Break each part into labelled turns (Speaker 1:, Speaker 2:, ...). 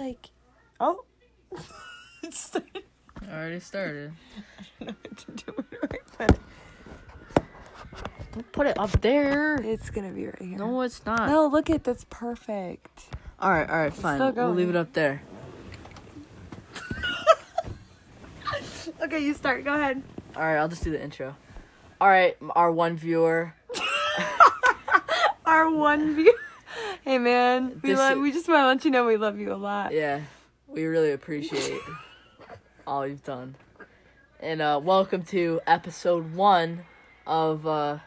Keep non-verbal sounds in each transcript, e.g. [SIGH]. Speaker 1: like, oh, it started.
Speaker 2: Already started.
Speaker 1: [LAUGHS] I don't know what to do with it right, but
Speaker 2: Don't put it up there.
Speaker 1: it's gonna be right here.
Speaker 2: No, it's not.
Speaker 1: No, look at that's perfect.
Speaker 2: All right, all right, fine.
Speaker 1: still
Speaker 2: We'll leave
Speaker 1: going.
Speaker 2: it up there.
Speaker 1: Okay, you start. Go ahead.
Speaker 2: All right, I'll just do the intro. All right, m- our one viewer.
Speaker 1: Our one view. [LAUGHS] Hey man, we
Speaker 2: This
Speaker 1: love.
Speaker 2: is-
Speaker 1: We just want to let you know we love you a lot.
Speaker 2: Yeah, we really appreciate
Speaker 1: [LAUGHS]
Speaker 2: all you've done, and uh, welcome to episode one of uh,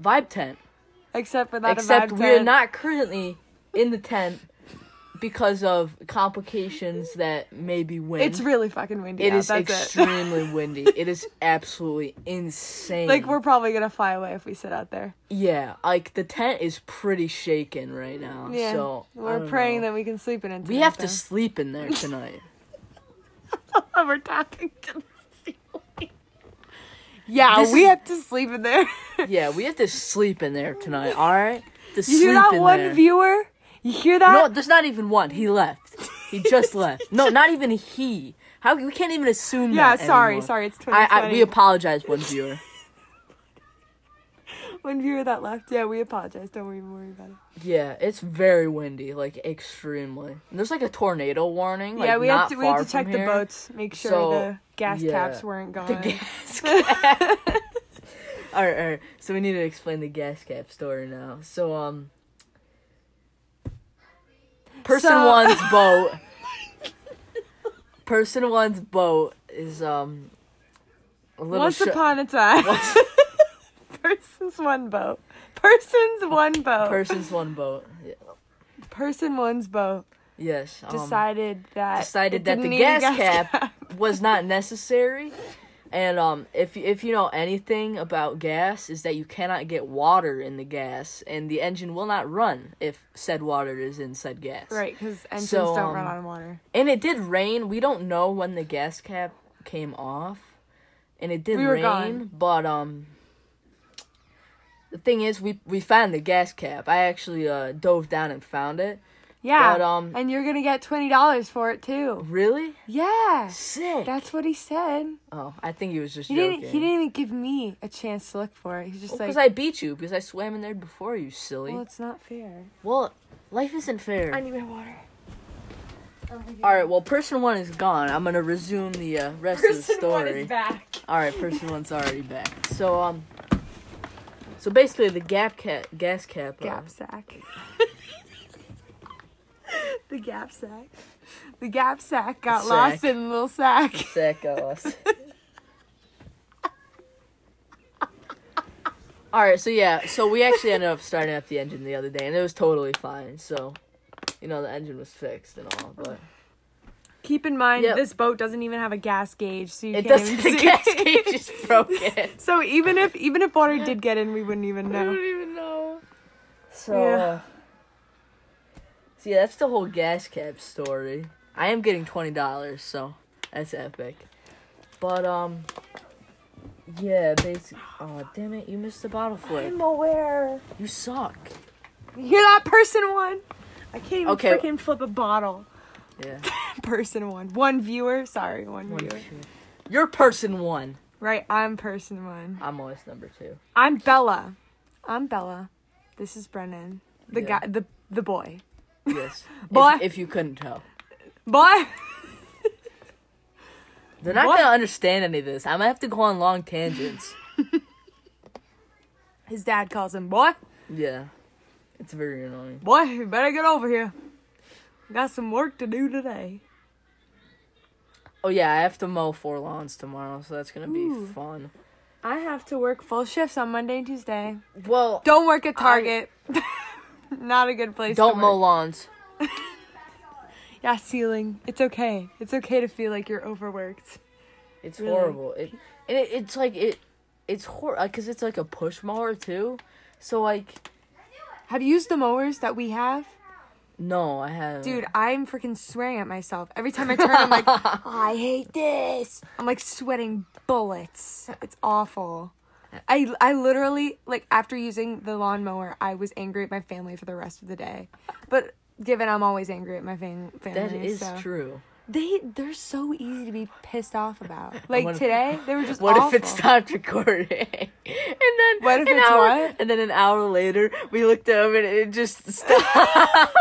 Speaker 2: Vibe Tent.
Speaker 1: Except without
Speaker 2: Except
Speaker 1: a vibe
Speaker 2: we're
Speaker 1: tent.
Speaker 2: not currently in the tent because of complications that may be wind.
Speaker 1: It's really fucking windy.
Speaker 2: It
Speaker 1: out,
Speaker 2: is
Speaker 1: That's it.
Speaker 2: extremely windy. It is absolutely
Speaker 1: [LAUGHS]
Speaker 2: insane.
Speaker 1: like we're probably gonna fly away if we sit out there.
Speaker 2: yeah, like the tent is pretty shaken right now.
Speaker 1: Yeah.
Speaker 2: so I
Speaker 1: we're
Speaker 2: don't
Speaker 1: praying
Speaker 2: know.
Speaker 1: that we can sleep in it.
Speaker 2: we have to sleep
Speaker 1: [LAUGHS]
Speaker 2: in there tonight.
Speaker 1: Oh, [LAUGHS] we're talking to the ceiling. Yeah,
Speaker 2: This
Speaker 1: we
Speaker 2: is-
Speaker 1: have to sleep in there.
Speaker 2: yeah, we have to sleep in there tonight. All right,
Speaker 1: [LAUGHS]
Speaker 2: to
Speaker 1: you
Speaker 2: sleep
Speaker 1: hear that
Speaker 2: in
Speaker 1: one
Speaker 2: there.
Speaker 1: viewer? You hear that?
Speaker 2: No, there's not even one. He left. He
Speaker 1: [LAUGHS]
Speaker 2: just left. No, not even he. How we can't even assume
Speaker 1: yeah,
Speaker 2: that.
Speaker 1: sorry,
Speaker 2: anymore.
Speaker 1: sorry. It's 2020.
Speaker 2: I, I we apologize, one viewer.
Speaker 1: One viewer that left. Yeah, we apologize. Don't even worry about it.
Speaker 2: Yeah, it's very windy, like extremely. And there's like a tornado warning. Like,
Speaker 1: yeah, we
Speaker 2: not
Speaker 1: had to we had
Speaker 2: far
Speaker 1: to check
Speaker 2: from
Speaker 1: the
Speaker 2: here.
Speaker 1: boats, make sure
Speaker 2: So,
Speaker 1: the gas
Speaker 2: yeah.
Speaker 1: caps weren't gone.
Speaker 2: The gas cap. all right, all right. So we need to explain the gas cap story now. So um, person
Speaker 1: So-
Speaker 2: one's
Speaker 1: [LAUGHS]
Speaker 2: boat. Person one's boat is um. A little
Speaker 1: Once
Speaker 2: sho-
Speaker 1: upon
Speaker 2: [LAUGHS]
Speaker 1: a time, [LAUGHS] person's one boat. Person's one boat.
Speaker 2: person's one boat. Yeah.
Speaker 1: Person one's boat
Speaker 2: Yes. um,
Speaker 1: decided that
Speaker 2: decided
Speaker 1: it
Speaker 2: that
Speaker 1: didn't
Speaker 2: the
Speaker 1: need a
Speaker 2: gas, cap, was not necessary. And um, if if you know anything about gas, is that you cannot get water in the gas, and the engine will not run if said water is in said gas.
Speaker 1: [LAUGHS] Right, because engines
Speaker 2: So,
Speaker 1: don't run
Speaker 2: um,
Speaker 1: on water.
Speaker 2: And it did rain. We don't know when the gas cap came off, and it did
Speaker 1: We were
Speaker 2: rain.
Speaker 1: gone.
Speaker 2: But um, the thing is, we we found the gas cap. I actually uh dove down and found it.
Speaker 1: Yeah,
Speaker 2: but, um,
Speaker 1: and you're gonna get twenty dollars for it too.
Speaker 2: Really
Speaker 1: Yeah,
Speaker 2: sick.
Speaker 1: that's what he said.
Speaker 2: oh, I think he was just
Speaker 1: He
Speaker 2: joking.
Speaker 1: didn't. He didn't even give me a chance to look for it. He's just
Speaker 2: Because
Speaker 1: like,
Speaker 2: I beat you because I swam in there before you, silly.
Speaker 1: well,
Speaker 2: Well,
Speaker 1: it's not fair.
Speaker 2: life isn't fair.
Speaker 1: I need my water.
Speaker 2: All right, well, person one is gone. I'm gonna resume the uh, rest of the
Speaker 1: Person one
Speaker 2: story.
Speaker 1: is back.
Speaker 2: All right, person one's already back. So um, so basically the gap cap, gas cap. uh,
Speaker 1: Gap sack. [LAUGHS] the gap sack. The gap sack got
Speaker 2: Sack.
Speaker 1: lost in the little sack.
Speaker 2: Sick
Speaker 1: [LAUGHS]
Speaker 2: of us. All right, so yeah, so we actually ended up starting up the engine the other day, and it was totally fine. So, you know, the engine was fixed and all, but
Speaker 1: Keep in mind,
Speaker 2: Yep.
Speaker 1: this boat doesn't even have a gas gauge, so you
Speaker 2: it
Speaker 1: can't
Speaker 2: doesn't. [LAUGHS]
Speaker 1: even
Speaker 2: The
Speaker 1: see.
Speaker 2: gas gauge is
Speaker 1: [LAUGHS]
Speaker 2: broken.
Speaker 1: so even if even if water did get in, we wouldn't even
Speaker 2: I
Speaker 1: know.
Speaker 2: don't even know. So,
Speaker 1: Yeah.
Speaker 2: uh, so yeah, that's the whole gas cap story. I am getting twenty dollars, so that's epic. But um, yeah, basically. Oh damn it! You missed the bottle flip.
Speaker 1: aware.
Speaker 2: You suck.
Speaker 1: You hear that, person one? I can't even
Speaker 2: Okay.
Speaker 1: freaking flip a bottle.
Speaker 2: [LAUGHS] Yeah.
Speaker 1: Person one. One viewer. Sorry, one, viewer.
Speaker 2: You're person one.
Speaker 1: Right, I'm person one.
Speaker 2: I'm always number two.
Speaker 1: I'm Bella. I'm Bella. This is Brennan. The
Speaker 2: Yeah.
Speaker 1: guy the the boy.
Speaker 2: [LAUGHS] Yes. If-
Speaker 1: Boy.
Speaker 2: If, you couldn't tell.
Speaker 1: Boy [LAUGHS]
Speaker 2: They're not
Speaker 1: Boy.
Speaker 2: gonna understand any of this. I'm gonna have to go on long tangents.
Speaker 1: his dad calls him boy.
Speaker 2: yeah. It's very annoying.
Speaker 1: Boy, you better get over here. Got some work to do today.
Speaker 2: Oh yeah, I have to mow four lawns tomorrow, so that's gonna be
Speaker 1: Ooh.
Speaker 2: fun.
Speaker 1: I have to work full shifts on Monday and Tuesday.
Speaker 2: Well,
Speaker 1: Don't work at Target. [LAUGHS] Not a good place.
Speaker 2: don't,
Speaker 1: to
Speaker 2: mow
Speaker 1: Work.
Speaker 2: lawns.
Speaker 1: Yeah, ceiling. It's okay. It's okay to feel like you're overworked.
Speaker 2: It's
Speaker 1: Really?
Speaker 2: horrible. It, and it it's like it it's hor because it's like a push mower too. So like
Speaker 1: Have you used the mowers that we have?
Speaker 2: no, I have
Speaker 1: Dude, I'm freaking swearing at myself. Every time I turn, I'm [LAUGHS] like, I hate this. I'm like sweating bullets. It's awful. I, I literally, like, after using the lawnmower, I was angry at my family for the rest of the day. But given I'm always angry at my fam- family.
Speaker 2: That is
Speaker 1: so.
Speaker 2: true.
Speaker 1: They they're so easy to be pissed off [LAUGHS] about. Like
Speaker 2: what if-
Speaker 1: today, they were [LAUGHS] just
Speaker 2: What if it
Speaker 1: awful.
Speaker 2: stopped recording? [LAUGHS] and then
Speaker 1: What if
Speaker 2: an
Speaker 1: it's
Speaker 2: hour,
Speaker 1: what?
Speaker 2: And then an hour later, we looked over and it just [LAUGHS] stopped.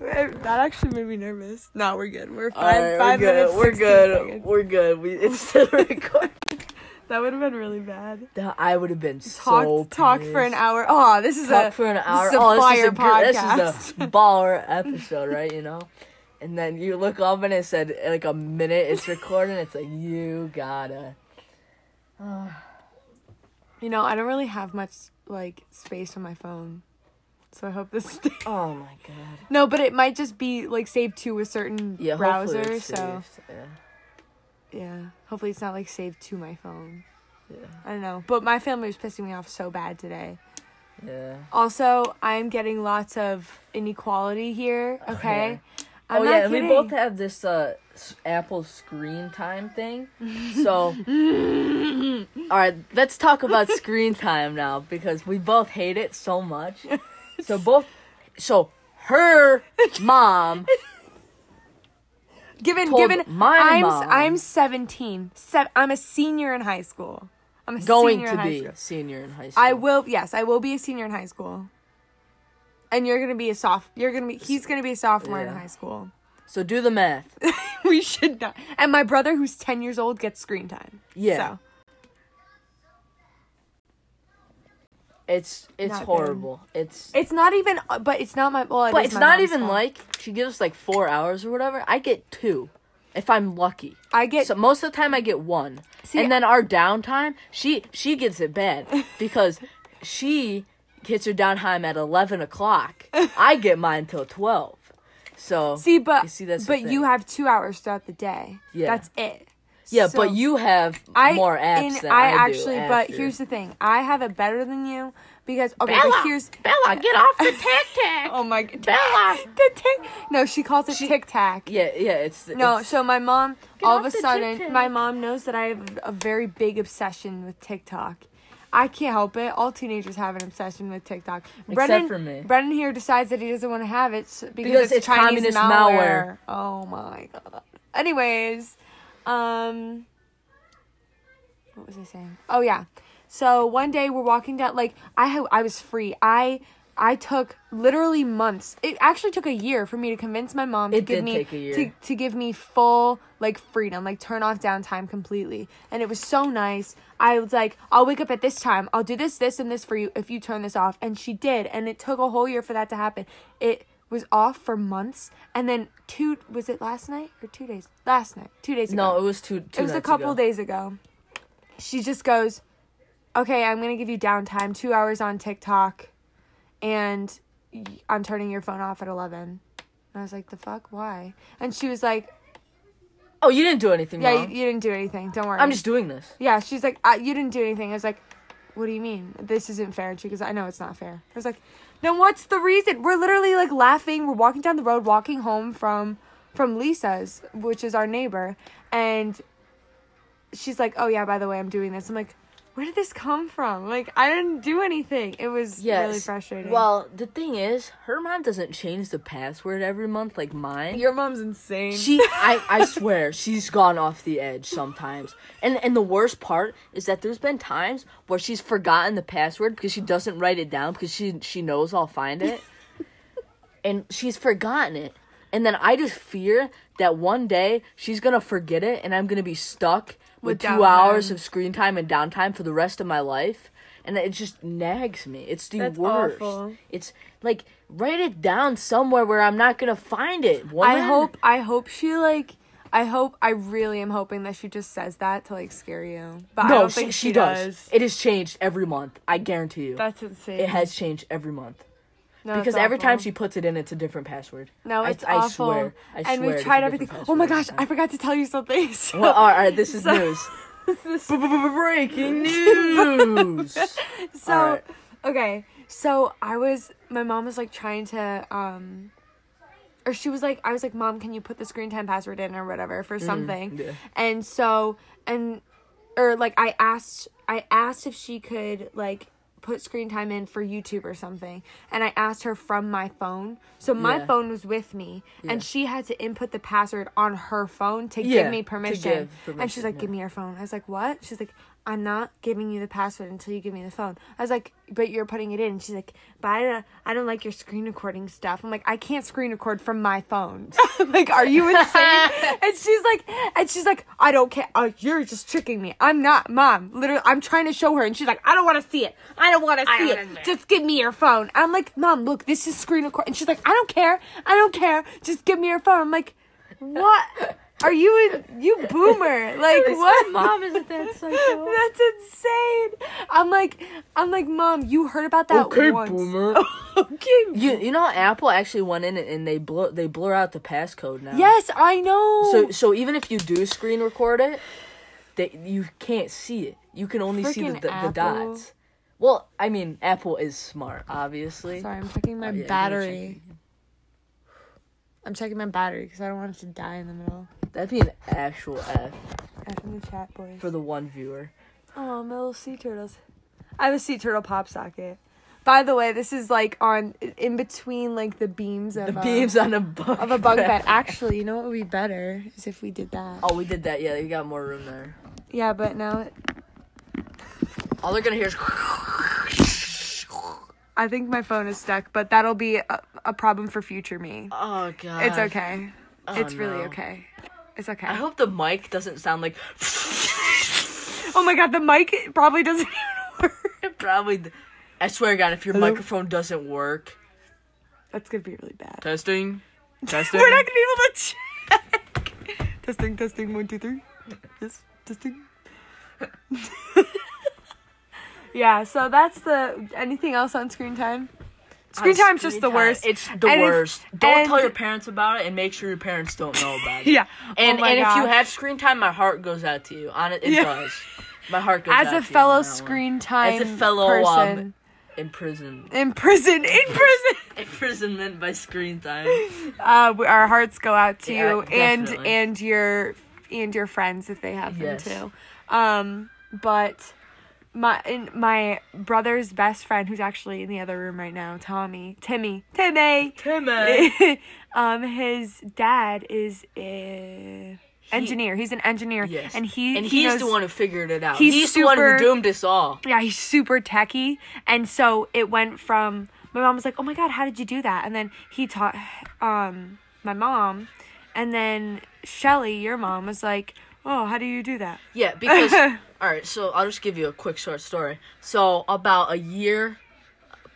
Speaker 1: That actually made me nervous. No, we're good. We're
Speaker 2: All
Speaker 1: five,
Speaker 2: right,
Speaker 1: five
Speaker 2: we're
Speaker 1: minutes.
Speaker 2: good. We're
Speaker 1: 16
Speaker 2: good.
Speaker 1: seconds.
Speaker 2: We're good. We it's still [LAUGHS] recording.
Speaker 1: That would have been really bad.
Speaker 2: That- I would have been
Speaker 1: Talk
Speaker 2: so
Speaker 1: talk for an
Speaker 2: pissed.
Speaker 1: hour. Oh, this is
Speaker 2: Talk
Speaker 1: a
Speaker 2: for an hour.
Speaker 1: This is a
Speaker 2: oh,
Speaker 1: fire
Speaker 2: this is a good, this is a
Speaker 1: podcast.
Speaker 2: [LAUGHS] baller episode, right? You know. And then you look up and it said like a minute. It's recording. It's like you gotta. [SIGHS]
Speaker 1: Oh you know I don't really have much like space on my phone, so I hope this. [LAUGHS] Stays.
Speaker 2: Oh my god.
Speaker 1: No, but it might just be like saved to a certain
Speaker 2: Yeah. hopefully
Speaker 1: browser.
Speaker 2: it's
Speaker 1: So
Speaker 2: saved. Yeah.
Speaker 1: yeah, hopefully it's not like saved to my phone.
Speaker 2: Yeah.
Speaker 1: I don't know, but my family was pissing me off so bad today.
Speaker 2: Yeah.
Speaker 1: Also, I'm getting lots of inequality here. Okay, I'm
Speaker 2: oh
Speaker 1: not
Speaker 2: yeah,
Speaker 1: kidding.
Speaker 2: we both have this uh, s- Apple screen time
Speaker 1: [LAUGHS]
Speaker 2: thing. So, all right, let's talk about screen time now because we both hate it so
Speaker 1: [LAUGHS]
Speaker 2: much. So both, so her mom
Speaker 1: given
Speaker 2: told
Speaker 1: given
Speaker 2: my
Speaker 1: I'm
Speaker 2: mom-
Speaker 1: I'm 17. Se- I'm a senior in high school. I'm a
Speaker 2: going
Speaker 1: senior
Speaker 2: to
Speaker 1: in high
Speaker 2: be
Speaker 1: school.
Speaker 2: senior in high school.
Speaker 1: I will. Yes, I will be a senior in high school. And you're gonna be a soph. You're gonna be. He's gonna be a sophomore in
Speaker 2: Yeah.
Speaker 1: high school. [LAUGHS]
Speaker 2: So do the math.
Speaker 1: we should not. And my brother, who's 10 years old, gets screen time.
Speaker 2: Yeah,
Speaker 1: So
Speaker 2: it's it's
Speaker 1: Not good.
Speaker 2: horrible. It's
Speaker 1: it's not even. But it's not my. Well, it
Speaker 2: but
Speaker 1: is
Speaker 2: it's
Speaker 1: my
Speaker 2: not
Speaker 1: mom's
Speaker 2: even
Speaker 1: fault.
Speaker 2: like she gives like four hours or whatever. I get two, if I'm lucky.
Speaker 1: I get.
Speaker 2: so most of the time I get one.
Speaker 1: See,
Speaker 2: and then our downtime, she she gets it
Speaker 1: [LAUGHS]
Speaker 2: bad because she gets her downtime at
Speaker 1: [LAUGHS]
Speaker 2: eleven o'clock. I get mine till twelve. So
Speaker 1: see, but
Speaker 2: you see, that's the
Speaker 1: but you
Speaker 2: thing.
Speaker 1: have two hours throughout the day.
Speaker 2: Yeah.
Speaker 1: That's it.
Speaker 2: yeah,
Speaker 1: So-
Speaker 2: but you have more apps
Speaker 1: and
Speaker 2: than I,
Speaker 1: actually,
Speaker 2: do.
Speaker 1: but
Speaker 2: after.
Speaker 1: here's the thing: I have it better than you because okay,
Speaker 2: Bella,
Speaker 1: but here's
Speaker 2: Bella, get
Speaker 1: [LAUGHS]
Speaker 2: off the tic tac.
Speaker 1: oh my god,
Speaker 2: Bella.
Speaker 1: [LAUGHS] the tic. No, she calls it tic tac.
Speaker 2: yeah, yeah, it's
Speaker 1: No,
Speaker 2: it's-
Speaker 1: so my mom, all of
Speaker 2: off
Speaker 1: a
Speaker 2: the
Speaker 1: sudden,
Speaker 2: tic-tac.
Speaker 1: my mom knows that I have a very big obsession with TikTok. I can't help it. All teenagers have an obsession with TikTok. Brendan,
Speaker 2: for me.
Speaker 1: Brendan here decides that he doesn't want to have it s- because,
Speaker 2: Because
Speaker 1: it's,
Speaker 2: it's
Speaker 1: Chinese
Speaker 2: communist
Speaker 1: malware. Oh my god. Anyways, um, what was I saying? Oh yeah. So one day we're walking down. Like I, ha- I was free. I. I took literally months. It actually took a year for me to convince my mom to
Speaker 2: It
Speaker 1: give
Speaker 2: did
Speaker 1: me
Speaker 2: take a year.
Speaker 1: to to give me full like freedom, like turn off downtime completely. And it was so nice. I was like, I'll wake up at this time. I'll do this, this, and this for you if you turn this off. And she did. And it took a whole year for that to happen. It was off for months. And then two was it last night or two days? Last night, two days ago.
Speaker 2: no, it was two. two
Speaker 1: it was a
Speaker 2: nights
Speaker 1: couple
Speaker 2: ago.
Speaker 1: days ago. She just goes, "Okay, I'm gonna give you downtime, two hours on TikTok, and y- I'm turning your phone off at 11." And I was like, "The fuck? Why?" And she was like,
Speaker 2: Oh, you didn't do anything
Speaker 1: yeah,
Speaker 2: wrong.
Speaker 1: you, you didn't do anything. Don't worry.
Speaker 2: I'm just doing this.
Speaker 1: Yeah, she's like, uh, you didn't do anything. I was like, what do you mean? This isn't fair. And she goes, I know it's not fair. I was like, then what's the reason? We're literally like laughing. We're walking down the road, walking home from from Lisa's, which is our neighbor, and she's like, oh yeah, by the way, I'm doing this. I'm like, where did this come from? Like, I didn't do anything. It was
Speaker 2: Yes.
Speaker 1: really frustrating.
Speaker 2: Well, the thing is, her mom doesn't change the password every month like mine.
Speaker 1: your mom's insane.
Speaker 2: She, I, I swear, she's gone off the edge sometimes. And and the worst part is that there's been times where she's forgotten the password because she doesn't write it down because she she knows I'll find
Speaker 1: [LAUGHS]
Speaker 2: it, and she's forgotten it. And then I just fear that one day she's gonna forget it, and I'm gonna be stuck with,
Speaker 1: With
Speaker 2: two
Speaker 1: downtime.
Speaker 2: hours of screen time and downtime for the rest of my life. And it just nags me. It's the
Speaker 1: That's
Speaker 2: worst.
Speaker 1: awful.
Speaker 2: It's like write it down somewhere where I'm not gonna find it.
Speaker 1: I
Speaker 2: woman.
Speaker 1: hope I hope she like I hope I really am hoping that she just says that to like scare you. But I
Speaker 2: No,
Speaker 1: don't
Speaker 2: she,
Speaker 1: think
Speaker 2: she, does. It has changed every month. I guarantee you.
Speaker 1: That's insane.
Speaker 2: it has changed every month.
Speaker 1: No,
Speaker 2: Because
Speaker 1: it's
Speaker 2: every time
Speaker 1: awful.
Speaker 2: she puts it in, it's a different password.
Speaker 1: No,
Speaker 2: I-
Speaker 1: it's
Speaker 2: I,
Speaker 1: awful.
Speaker 2: swear. I
Speaker 1: and
Speaker 2: swear
Speaker 1: we've
Speaker 2: it's a
Speaker 1: tried everything.
Speaker 2: different
Speaker 1: Oh my gosh,
Speaker 2: password
Speaker 1: I
Speaker 2: every time.
Speaker 1: forgot to tell you something. [LAUGHS] So-
Speaker 2: Well, all right, all right, this is news.
Speaker 1: [LAUGHS] This- [LAUGHS]
Speaker 2: Breaking news.
Speaker 1: so [LAUGHS]
Speaker 2: All right.
Speaker 1: okay so i was my mom was like trying to um or she was like i was like mom can you put the screen time password in or whatever for something
Speaker 2: Mm, yeah.
Speaker 1: and so and or like i asked i asked if she could like put screen time in for YouTube or something, and I asked her from my phone. So my
Speaker 2: Yeah.
Speaker 1: phone was with me,
Speaker 2: Yeah.
Speaker 1: and she had to input the password on her phone to
Speaker 2: Yeah,
Speaker 1: give me
Speaker 2: to
Speaker 1: permission.
Speaker 2: give
Speaker 1: And she's
Speaker 2: permission,
Speaker 1: like,
Speaker 2: yeah.
Speaker 1: "Give me your phone." I was like, "What?" She's like, "I'm not giving you the password until you give me the phone." I was like, "But you're putting it in." And she's like, "But I don't, I don't like your screen recording stuff." I'm like, "I can't screen record from my phone." [LAUGHS] like, are you insane? and she's like, and she's like, "I don't care. Uh, you're just tricking me. I'm not, mom. Literally, I'm trying to show her." And she's like, "I don't want to see it. I don't want to see it. Just give me your phone." And I'm like, "Mom, look, this is screen record." And she's like, "I don't care. I don't care. Just give me your phone." I'm like. What are you in? You boomer! Like what? [LAUGHS]
Speaker 2: mom isn't that [LAUGHS] psycho?
Speaker 1: That's insane. I'm like, I'm like, mom. You heard about that once. [LAUGHS] okay.
Speaker 2: You you know how Apple actually went in and, and they blur they blur out the passcode now.
Speaker 1: Yes, I know.
Speaker 2: So so even if you do screen record it, they you can't see it. You can only see the,
Speaker 1: Frickin'
Speaker 2: the, the
Speaker 1: Apple.
Speaker 2: dots. Well, I mean, Apple is smart, obviously.
Speaker 1: Sorry, I'm checking my
Speaker 2: Oh, yeah, you gotta check
Speaker 1: battery. I'm checking my battery because I don't want it to die in the middle.
Speaker 2: That'd be an actual F
Speaker 1: F in the chat, boys.
Speaker 2: for the one viewer.
Speaker 1: Oh, my little sea turtles. I have a sea turtle pop socket. By the way, this is like on in between like the beams of
Speaker 2: The
Speaker 1: a-
Speaker 2: beams on a bunk
Speaker 1: of a bunk
Speaker 2: [LAUGHS]
Speaker 1: bed. Actually, you know what would be better is if we did that.
Speaker 2: Oh, we did that. Yeah, you got more room there.
Speaker 1: Yeah, but now
Speaker 2: All they're gonna hear is. [LAUGHS]
Speaker 1: I think my phone is stuck, but that'll be a, a problem for future me.
Speaker 2: Oh god.
Speaker 1: It's okay.
Speaker 2: Oh,
Speaker 1: it's really
Speaker 2: no.
Speaker 1: okay. It's okay.
Speaker 2: I hope the mic doesn't sound like. [LAUGHS]
Speaker 1: oh my god, the mic probably doesn't [LAUGHS] even work.
Speaker 2: It probably. d- I swear, to God, if your microphone doesn't work,
Speaker 1: That's gonna be really bad.
Speaker 2: testing, [LAUGHS] testing.
Speaker 1: We're not gonna be able to check. testing, testing, one, two, three. Yes, testing. [LAUGHS] yeah, so that's the. Anything else on screen time? Screen time's just the
Speaker 2: time.
Speaker 1: worst.
Speaker 2: It's the
Speaker 1: And if-
Speaker 2: worst. Don't
Speaker 1: and-
Speaker 2: tell your parents about it, and make sure your parents don't know about
Speaker 1: [LAUGHS]
Speaker 2: it.
Speaker 1: Yeah.
Speaker 2: And
Speaker 1: Oh my
Speaker 2: and if you
Speaker 1: gosh.
Speaker 2: have screen time, my heart goes out to you. On it, it
Speaker 1: Yeah.
Speaker 2: does. My heart goes out
Speaker 1: as
Speaker 2: to you
Speaker 1: a
Speaker 2: on
Speaker 1: fellow
Speaker 2: that one.
Speaker 1: screen time
Speaker 2: fellow, um,
Speaker 1: person
Speaker 2: in prison,
Speaker 1: in prison, in prison.
Speaker 2: imprisonment by
Speaker 1: [LAUGHS]
Speaker 2: screen time.
Speaker 1: uh, we- our hearts go out to
Speaker 2: Yeah,
Speaker 1: you and
Speaker 2: definitely.
Speaker 1: and your and your friends if they have
Speaker 2: Yes.
Speaker 1: them too. Um, but my and my brother's best friend, who's actually in the other room right now, Tommy, Timmy, Timmy, [LAUGHS]
Speaker 2: Timmy.
Speaker 1: um, his dad is a engineer. He's an engineer,
Speaker 2: Yes.
Speaker 1: and he
Speaker 2: and
Speaker 1: he
Speaker 2: he's
Speaker 1: knows-
Speaker 2: the one who figured it out.
Speaker 1: he's
Speaker 2: He's, the one
Speaker 1: super-
Speaker 2: who doomed us all.
Speaker 1: yeah, he's super techie. And so it went from my mom was like, "Oh my god, how did you do that?" And then he taught um my mom, and then Shelly, your mom was like, "Oh, how do you do that?" [LAUGHS]
Speaker 2: Yeah, because all right, so I'll just give you a quick short story. So about a year,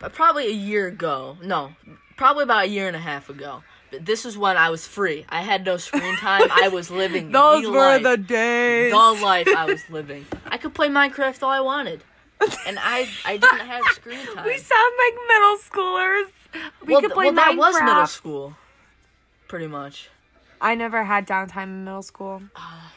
Speaker 2: uh, probably a year ago, no, probably about a year and a half ago. but This is when I was free. I had no screen time. I
Speaker 1: [LAUGHS]
Speaker 2: was living the life,
Speaker 1: days. [LAUGHS]
Speaker 2: the life I was living. I could play Minecraft all I wanted, and I I didn't have screen time.
Speaker 1: [LAUGHS] we sound like middle schoolers. We
Speaker 2: well,
Speaker 1: could
Speaker 2: th-
Speaker 1: play
Speaker 2: well, that was middle
Speaker 1: Minecraft.
Speaker 2: school, pretty much.
Speaker 1: I never had downtime in middle school.
Speaker 2: Oh,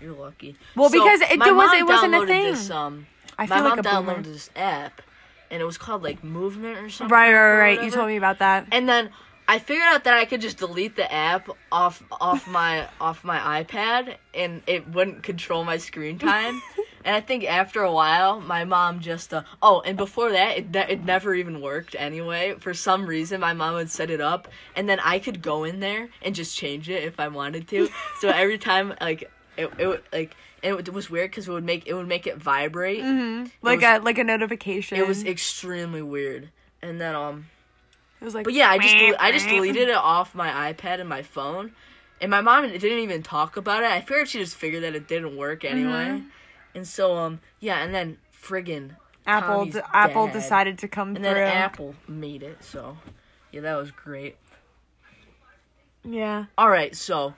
Speaker 2: You're lucky.
Speaker 1: Well, because it-
Speaker 2: my
Speaker 1: there was-
Speaker 2: mom
Speaker 1: it wasn't a
Speaker 2: downloaded
Speaker 1: thing.
Speaker 2: This, um,
Speaker 1: I
Speaker 2: my
Speaker 1: feel like
Speaker 2: mom
Speaker 1: a boomer.
Speaker 2: downloaded this app, and it was called like Movement or something.
Speaker 1: Right,
Speaker 2: or
Speaker 1: right, right. You
Speaker 2: whatever.
Speaker 1: told me about that.
Speaker 2: And then I figured out that I could just delete the app off off my [LAUGHS] off my iPad, and it wouldn't control my screen time. and I think after a while, my mom just uh, oh, and before that, it ne- it never even worked anyway. For some reason, my mom would set it up, and then I could go in there and just change it if I wanted to. so every time, like it, it would like. And it was weird because it would make it would make it vibrate.
Speaker 1: Like
Speaker 2: was-
Speaker 1: a like a notification.
Speaker 2: It was extremely weird. And then um,
Speaker 1: It was like.
Speaker 2: but yeah, I just del- I just deleted it off my iPad and my phone, and my mom didn't even talk about it. I figured she just figured that it didn't work
Speaker 1: Mm-hmm.
Speaker 2: anyway, and so um yeah, and then friggin'
Speaker 1: Apple.
Speaker 2: Tommy's
Speaker 1: d- Apple
Speaker 2: dad.
Speaker 1: decided to come through.
Speaker 2: and then Apple made it. So yeah, that was great.
Speaker 1: yeah.
Speaker 2: All right, so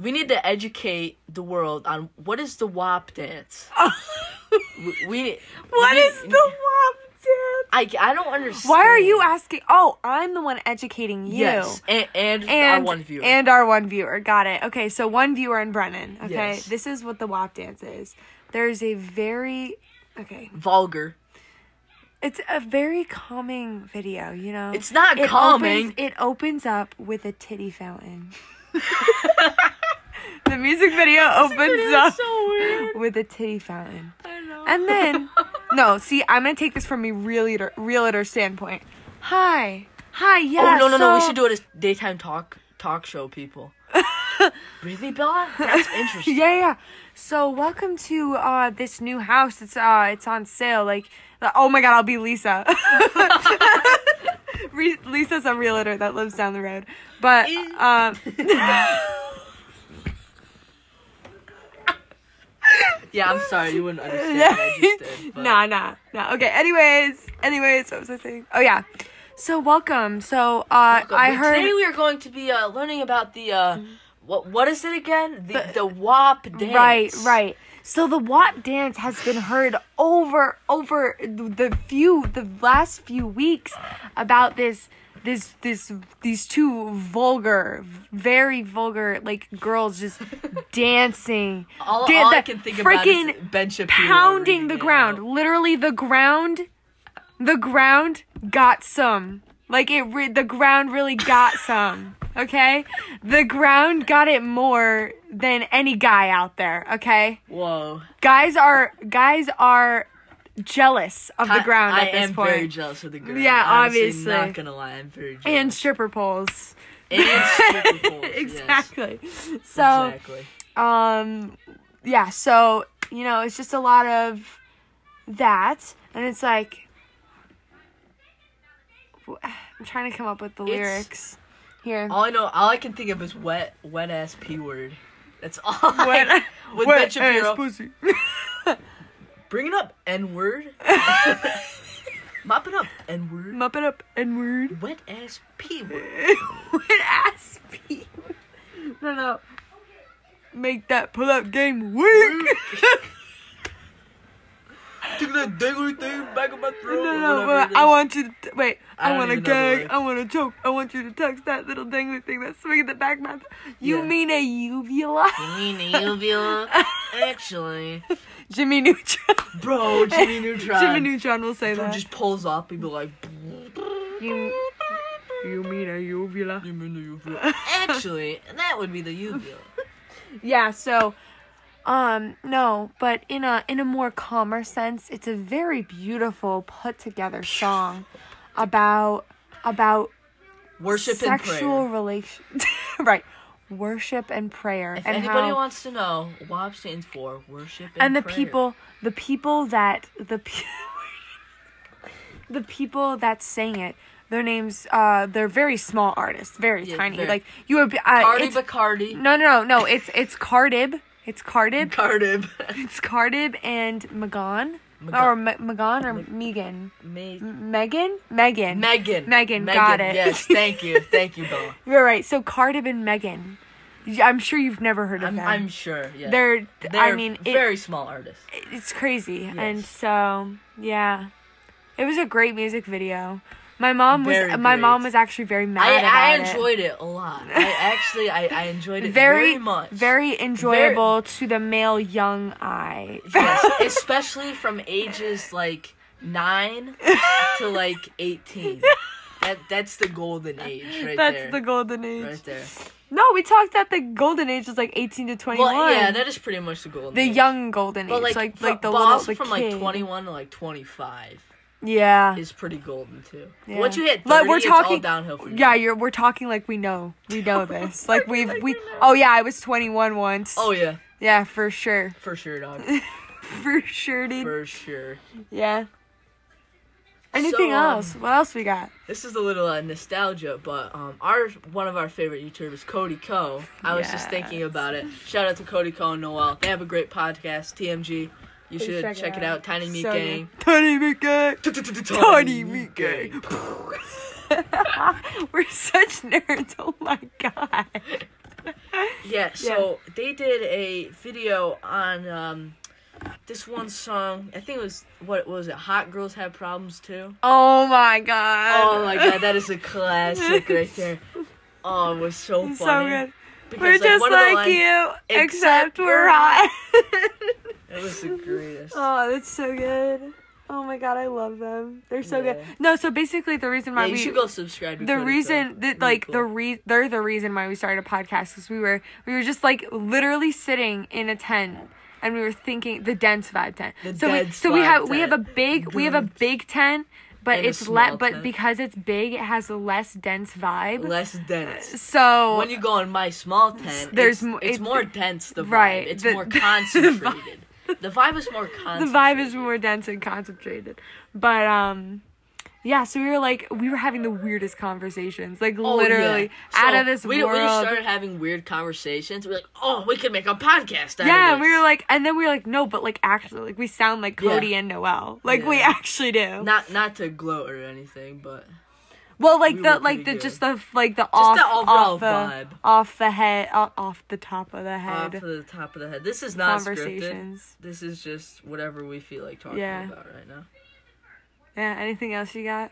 Speaker 2: we need to educate the world on what is the WAP dance. [LAUGHS] we, we
Speaker 1: What
Speaker 2: we- [LAUGHS]
Speaker 1: is the wop dance?
Speaker 2: I I don't understand.
Speaker 1: Why are you asking? Oh, I'm the one educating you.
Speaker 2: Yes, and and,
Speaker 1: And
Speaker 2: our one viewer.
Speaker 1: and our one viewer. Got it. Okay, so one viewer and Brennan. Okay,
Speaker 2: Yes.
Speaker 1: this is what the WAP dance is. There's a very, okay,
Speaker 2: vulgar.
Speaker 1: it's a very calming video. You know,
Speaker 2: It's not
Speaker 1: It
Speaker 2: calming.
Speaker 1: opens- it opens up with a titty
Speaker 2: [LAUGHS]
Speaker 1: fountain. [LAUGHS] the music video opens up
Speaker 2: so
Speaker 1: [LAUGHS]
Speaker 2: weird.
Speaker 1: with a titty fountain,
Speaker 2: I know. [LAUGHS]
Speaker 1: and then No, see, I'm gonna take this from a realtor realtor standpoint. Hi, hi, yeah.
Speaker 2: oh no no no! We
Speaker 1: so-
Speaker 2: should do it as daytime talk talk show
Speaker 1: [LAUGHS]
Speaker 2: people. really, Bella? That's interesting.
Speaker 1: Yeah, yeah. So welcome to uh this new house. It's uh it's on sale. Like, the- oh my god, I'll be Lisa. [LAUGHS] Re- Lisa's a realtor that lives down the road,
Speaker 2: Eh.
Speaker 1: but
Speaker 2: [LAUGHS]
Speaker 1: um,
Speaker 2: Yeah, I'm sorry, you wouldn't
Speaker 1: [LAUGHS]
Speaker 2: understand. what I just did, but-
Speaker 1: nah, nah, nah. Okay. Anyways, anyways, what was I saying? Oh yeah. So welcome. So uh, I
Speaker 2: But
Speaker 1: heard. Mm-hmm.
Speaker 2: Today we are going to be uh, learning about the uh, what what is it again? The the, WAP dance.
Speaker 1: Right, right. So the WAP dance has been heard over over the few the last few weeks about this this this these two vulgar, very vulgar like girls just [LAUGHS] dancing,
Speaker 2: All,
Speaker 1: Dan-
Speaker 2: all I
Speaker 1: that
Speaker 2: can think about is
Speaker 1: freaking
Speaker 2: Ben Shapiro reading
Speaker 1: pounding the
Speaker 2: it
Speaker 1: ground.
Speaker 2: out.
Speaker 1: Literally the ground, the ground got some. Like it, re- the ground really got some. Okay, the ground got it more than any guy out there. Okay,
Speaker 2: Whoa!
Speaker 1: guys are guys are jealous of the ground
Speaker 2: I,
Speaker 1: at this
Speaker 2: am
Speaker 1: point.
Speaker 2: very jealous of the ground.
Speaker 1: Yeah,
Speaker 2: Honestly,
Speaker 1: obviously.
Speaker 2: Not gonna lie, I'm very
Speaker 1: and
Speaker 2: jealous.
Speaker 1: stripper poles.
Speaker 2: And, stripper
Speaker 1: [LAUGHS]
Speaker 2: poles, yes.
Speaker 1: exactly. So.
Speaker 2: exactly.
Speaker 1: um yeah so you know it's just a lot of that and it's like w- i'm trying to come up with the
Speaker 2: It's-
Speaker 1: lyrics here
Speaker 2: All [LAUGHS] I know, all I can think of is wet, wet ass p word. That's all. I-
Speaker 1: [LAUGHS] Wet-
Speaker 2: with Ben
Speaker 1: Wet
Speaker 2: Shapiro
Speaker 1: ass pussy. [LAUGHS]
Speaker 2: bringing up n word, mopping up n word,
Speaker 1: muppet up and word
Speaker 2: wet ass p word.
Speaker 1: [LAUGHS] wet ass pee [LAUGHS] no no make that pull up game work [LAUGHS]
Speaker 2: Took that dangly thing back of my throat.
Speaker 1: no
Speaker 2: or
Speaker 1: no
Speaker 2: whatever
Speaker 1: wait,
Speaker 2: it
Speaker 1: i
Speaker 2: is.
Speaker 1: want you to t- wait
Speaker 2: I
Speaker 1: i,
Speaker 2: don't
Speaker 1: want to
Speaker 2: even know the
Speaker 1: gag
Speaker 2: lyrics.
Speaker 1: i want to choke i want you to touch that little dangly thing that's swinging the back of my th- you
Speaker 2: Yeah.
Speaker 1: mean a uvula [LAUGHS]
Speaker 2: You mean a uvula? Actually,
Speaker 1: Jimmy Neutron.
Speaker 2: bro, Jimmy
Speaker 1: [LAUGHS]
Speaker 2: Neutron.
Speaker 1: Jimmy Neutron will say
Speaker 2: Bro
Speaker 1: that.
Speaker 2: just pulls up and be like,
Speaker 1: you, you mean a uvula?
Speaker 2: you mean the uvula? Actually, that would be the uvula.
Speaker 1: Yeah. So, um, no, but in a in a more calmer sense, it's a very beautiful put together song about about
Speaker 2: Worship and prayer.
Speaker 1: sexual relation. [LAUGHS] right. Worship and prayer.
Speaker 2: If
Speaker 1: and
Speaker 2: anybody
Speaker 1: how-
Speaker 2: wants to know, WAP stands for worship and,
Speaker 1: and the
Speaker 2: prayer.
Speaker 1: people the people that the pe- [LAUGHS] the people that sang it their names uh they're very small artists very
Speaker 2: Yeah,
Speaker 1: tiny
Speaker 2: very-
Speaker 1: like you would be uh,
Speaker 2: Cardi
Speaker 1: it's-
Speaker 2: Bacardi,
Speaker 1: no no no no it's it's cardib it's cardib
Speaker 2: [LAUGHS] Cardi,
Speaker 1: it's cardib and megan
Speaker 2: Maga-
Speaker 1: or Me- megan or megan
Speaker 2: Me-
Speaker 1: megan megan
Speaker 2: Megan,
Speaker 1: megan got it
Speaker 2: Yes,
Speaker 1: [LAUGHS]
Speaker 2: thank you, thank you, Bella.
Speaker 1: you're right so cardib and megan i'm sure you've never heard of
Speaker 2: I'm,
Speaker 1: them
Speaker 2: I'm sure. Yeah,
Speaker 1: they're, i
Speaker 2: They're
Speaker 1: mean it-
Speaker 2: very small artists.
Speaker 1: it's crazy and
Speaker 2: Yes.
Speaker 1: so yeah it was a great music video my mom was
Speaker 2: Very
Speaker 1: my mom
Speaker 2: great.
Speaker 1: was actually very mad
Speaker 2: I, I
Speaker 1: about it.
Speaker 2: enjoyed it. a lot.
Speaker 1: [LAUGHS]
Speaker 2: I actually I, I enjoyed it very,
Speaker 1: very
Speaker 2: much.
Speaker 1: very enjoyable to the male young eye
Speaker 2: yes, especially from ages like nine to like eighteen. That that's the golden age
Speaker 1: [LAUGHS]
Speaker 2: right
Speaker 1: that's
Speaker 2: there.
Speaker 1: the golden age
Speaker 2: right there.
Speaker 1: no we talked that the golden age is like 18 to 21
Speaker 2: Well, yeah, that is pretty much the golden.
Speaker 1: the
Speaker 2: age.
Speaker 1: young golden
Speaker 2: but
Speaker 1: age
Speaker 2: like
Speaker 1: like
Speaker 2: fr-
Speaker 1: like the
Speaker 2: but
Speaker 1: little
Speaker 2: also
Speaker 1: the
Speaker 2: from
Speaker 1: kid.
Speaker 2: like twenty one to like twenty five
Speaker 1: yeah
Speaker 2: is pretty golden too.
Speaker 1: Yeah.
Speaker 2: Once you hit 30,
Speaker 1: Like, we're
Speaker 2: it's all
Speaker 1: talking-
Speaker 2: downhill from
Speaker 1: yeah
Speaker 2: there.
Speaker 1: you're we're talking like we know we
Speaker 2: [LAUGHS]
Speaker 1: know this like we've
Speaker 2: like
Speaker 1: we
Speaker 2: we know.
Speaker 1: oh yeah i was 21 once
Speaker 2: Oh yeah,
Speaker 1: yeah for sure
Speaker 2: for sure,
Speaker 1: [LAUGHS]
Speaker 2: dog.
Speaker 1: for sure dude
Speaker 2: For sure.
Speaker 1: Yeah. Anything
Speaker 2: So, um,
Speaker 1: else? What else we got?
Speaker 2: This is a little uh, nostalgia, but um, our one of our favorite YouTubers, Cody Co. I was just thinking
Speaker 1: Yes.
Speaker 2: about it. Shout out to Cody Co and Noel. They have a great podcast, TMG. You should check, it out. Tiny Meat Gang.
Speaker 1: Tiny Meat Gang. Tiny Meat Gang. [LAUGHS] We're such nerds. Oh my god.
Speaker 2: Yeah. So they did a video on um, this one song. I think it was what was it? Hot girls have problems too.
Speaker 1: Oh my god.
Speaker 2: Oh my god, that is a
Speaker 1: [LAUGHS]
Speaker 2: classic right there. Oh, it was so funny.
Speaker 1: It's so good.
Speaker 2: Because,
Speaker 1: We're just
Speaker 2: one of the
Speaker 1: like
Speaker 2: lines-
Speaker 1: you,
Speaker 2: Except
Speaker 1: except
Speaker 2: we're
Speaker 1: we're hot.
Speaker 2: That was the greatest.
Speaker 1: [LAUGHS] oh, that's so good. Oh my god, I love them. They're so good.
Speaker 2: Yeah.
Speaker 1: No, so basically the reason why
Speaker 2: yeah, you
Speaker 1: we
Speaker 2: should go subscribe. To
Speaker 1: the
Speaker 2: Cody
Speaker 1: reason
Speaker 2: Code.
Speaker 1: that
Speaker 2: Really
Speaker 1: like
Speaker 2: cool.
Speaker 1: the re they're the reason why we started a podcast because we were we were just like literally sitting in a tent and we were thinking the dense vibe tent.
Speaker 2: The
Speaker 1: so we
Speaker 2: dense
Speaker 1: so we
Speaker 2: vibe
Speaker 1: have we have
Speaker 2: tent.
Speaker 1: a big we have a big tent, but
Speaker 2: And a
Speaker 1: it's le-
Speaker 2: small
Speaker 1: but
Speaker 2: tent.
Speaker 1: because it's big, it has a less dense vibe.
Speaker 2: Less dense.
Speaker 1: so
Speaker 2: When you go in my small tent,
Speaker 1: There's
Speaker 2: there's
Speaker 1: mo-
Speaker 2: it's, it's
Speaker 1: it-
Speaker 2: more dense. The vibe,
Speaker 1: right,
Speaker 2: it's
Speaker 1: the- [LAUGHS]
Speaker 2: more
Speaker 1: the vibe-
Speaker 2: concentrated. the vibe is more
Speaker 1: [LAUGHS] the
Speaker 2: concentrated.
Speaker 1: vibe is more dense and concentrated. But um yeah, so we were like we were having the weirdest conversations. Like
Speaker 2: Oh,
Speaker 1: literally
Speaker 2: yeah.
Speaker 1: out
Speaker 2: So
Speaker 1: of this
Speaker 2: we,
Speaker 1: world.
Speaker 2: We just started having weird conversations. We are like, oh, we could make a podcast. Out
Speaker 1: yeah,
Speaker 2: of
Speaker 1: and we
Speaker 2: this."
Speaker 1: were like and then we were like no, but like actually like we sound like
Speaker 2: Yeah.
Speaker 1: Cody and Noel. Like we
Speaker 2: Yeah.
Speaker 1: actually do.
Speaker 2: not not to gloat or anything, but
Speaker 1: well, like
Speaker 2: we
Speaker 1: the
Speaker 2: were
Speaker 1: like the
Speaker 2: pretty
Speaker 1: just
Speaker 2: good.
Speaker 1: the like the off
Speaker 2: the overall
Speaker 1: off the
Speaker 2: vibe.
Speaker 1: off the head off, off the top of the
Speaker 2: off
Speaker 1: head
Speaker 2: to uh, the top of the head, this is not scripted.
Speaker 1: conversations.
Speaker 2: This is just whatever we feel like talking
Speaker 1: Yeah.
Speaker 2: about right now.
Speaker 1: Yeah, anything else you got?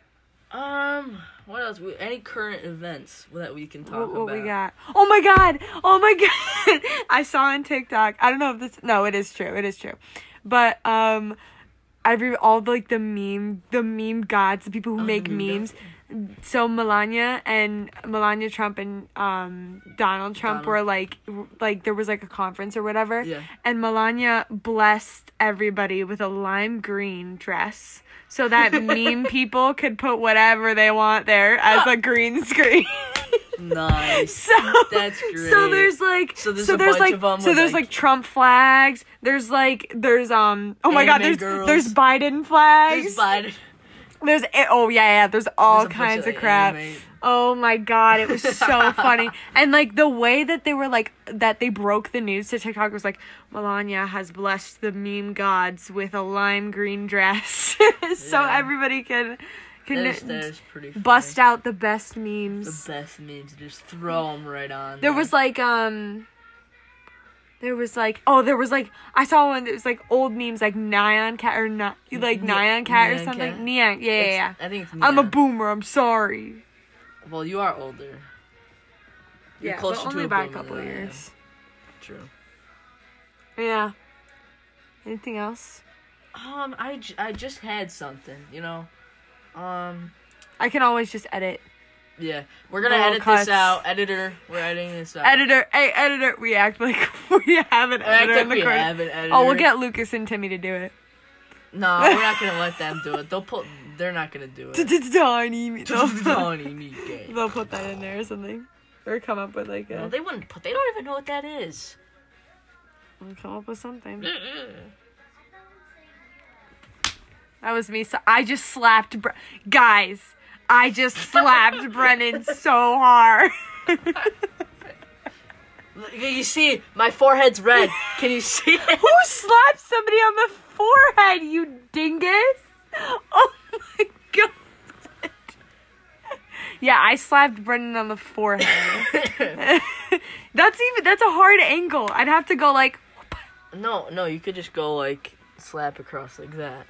Speaker 2: Um, what else? We, any current events that we can talk
Speaker 1: What, what
Speaker 2: about?
Speaker 1: we got? Oh my god! Oh my [LAUGHS] god! I saw on TikTok. I don't know if this. No, it is true. It is true. But um, every all the, like the meme, the meme gods, the people who
Speaker 2: Oh, the
Speaker 1: make
Speaker 2: meme
Speaker 1: memes.
Speaker 2: gods.
Speaker 1: So Melania and Melania Trump and um Donald Trump
Speaker 2: Donald.
Speaker 1: were like w- like there was like a conference or whatever.
Speaker 2: Yeah.
Speaker 1: And Melania blessed everybody with a lime green dress. So
Speaker 2: [LAUGHS]
Speaker 1: that meme people could put whatever they want there as a green screen. [LAUGHS]
Speaker 2: Nice.
Speaker 1: So
Speaker 2: That's great.
Speaker 1: So there's like so
Speaker 2: So
Speaker 1: there's,
Speaker 2: there's a bunch
Speaker 1: like
Speaker 2: of 'em
Speaker 1: so
Speaker 2: with,
Speaker 1: there's like,
Speaker 2: like-
Speaker 1: Trump flags. There's like there's um oh my god there's
Speaker 2: Anime girls.
Speaker 1: there's Biden flags.
Speaker 2: There's Biden.
Speaker 1: There's a- oh yeah yeah there's all
Speaker 2: There's a bunch
Speaker 1: kinds
Speaker 2: of,
Speaker 1: of,
Speaker 2: like,
Speaker 1: crap.
Speaker 2: anime.
Speaker 1: Oh my god, it was
Speaker 2: [LAUGHS]
Speaker 1: so funny. And like the way that they were like that they broke the news to TikTok was like Melania has blessed the meme gods with a lime green dress. [LAUGHS] so
Speaker 2: Yeah.
Speaker 1: everybody can can
Speaker 2: There's, there's pretty. Funny.
Speaker 1: bust out the best memes.
Speaker 2: the best memes. Just throw them right on.
Speaker 1: There was like um there was like oh there was like I saw one that was like old memes like Nyan cat or not like
Speaker 2: Ni-
Speaker 1: Nyan cat or
Speaker 2: Nyan
Speaker 1: something.
Speaker 2: cat?
Speaker 1: Nyan, yeah, yeah,
Speaker 2: It's-
Speaker 1: yeah.
Speaker 2: I think it's.
Speaker 1: I'm a
Speaker 2: neon.
Speaker 1: boomer, I'm sorry.
Speaker 2: Well, you are older. You're
Speaker 1: yeah,
Speaker 2: closer
Speaker 1: but
Speaker 2: to
Speaker 1: only
Speaker 2: a
Speaker 1: by a
Speaker 2: boomer
Speaker 1: couple
Speaker 2: than I am.
Speaker 1: years.
Speaker 2: True.
Speaker 1: Yeah. Anything else?
Speaker 2: Um, I, j- I just had something, you know. Um,
Speaker 1: I can always just edit.
Speaker 2: yeah, we're gonna
Speaker 1: Little
Speaker 2: edit
Speaker 1: cuts.
Speaker 2: this out, editor. We're editing this out.
Speaker 1: Editor, hey, editor, we act like [LAUGHS] we have an
Speaker 2: I
Speaker 1: editor in
Speaker 2: think
Speaker 1: the
Speaker 2: we
Speaker 1: corner.
Speaker 2: have an editor.
Speaker 1: Oh, we'll get Lucas and Timmy to do it. [LAUGHS]
Speaker 2: No, we're not gonna let them do it. They'll pull. They're not gonna do [LAUGHS] it.
Speaker 1: Tiny
Speaker 2: [LAUGHS]
Speaker 1: me. They'll
Speaker 2: Tony Mike.
Speaker 1: they'll put that in there or something. Or come up with like a.
Speaker 2: No, they wouldn't put. They don't even know what that is.
Speaker 1: We'll come up with something. That was me. So I just slapped, Bre- guys. I just [LAUGHS] slapped Brennan so hard. [LAUGHS]
Speaker 2: Look, You see, my forehead's red. Can you see [LAUGHS] it?
Speaker 1: Who slapped somebody on the forehead, you dingus? Oh my god. Yeah, I slapped Brennan on the [LAUGHS] forehead. that's even that's a hard angle. I'd have to go like,
Speaker 2: No, no. You could just go like slap across like that.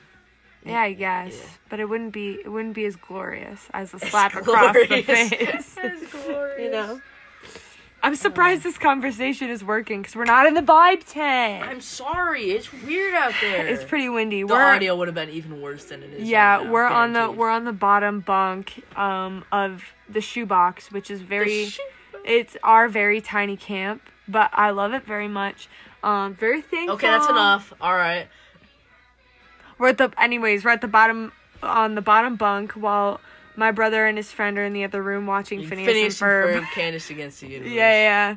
Speaker 1: yeah, I guess,
Speaker 2: Yeah.
Speaker 1: but it wouldn't be it wouldn't be as glorious as a slap across the
Speaker 2: glorious.
Speaker 1: face.
Speaker 2: [LAUGHS] glorious.
Speaker 1: you know. I'm surprised this conversation is working because we're not in the vibe tent.
Speaker 2: I'm sorry. It's weird out there.
Speaker 1: It's pretty windy.
Speaker 2: The
Speaker 1: we're
Speaker 2: audio would have been even worse than it is.
Speaker 1: yeah,
Speaker 2: right now,
Speaker 1: we're on the
Speaker 2: guaranteed.
Speaker 1: we're on the bottom bunk um of the shoebox, which is very
Speaker 2: The sh-
Speaker 1: it's our very tiny camp, but I love it very much. Um, very thankful.
Speaker 2: Okay, that's enough. All right.
Speaker 1: We're at the anyways. We're at the bottom on the bottom bunk while my brother and his friend are in the other room watching Phineas,
Speaker 2: Phineas
Speaker 1: and Ferb.
Speaker 2: Ferb, Candace against the Universe.
Speaker 1: Yeah, yeah.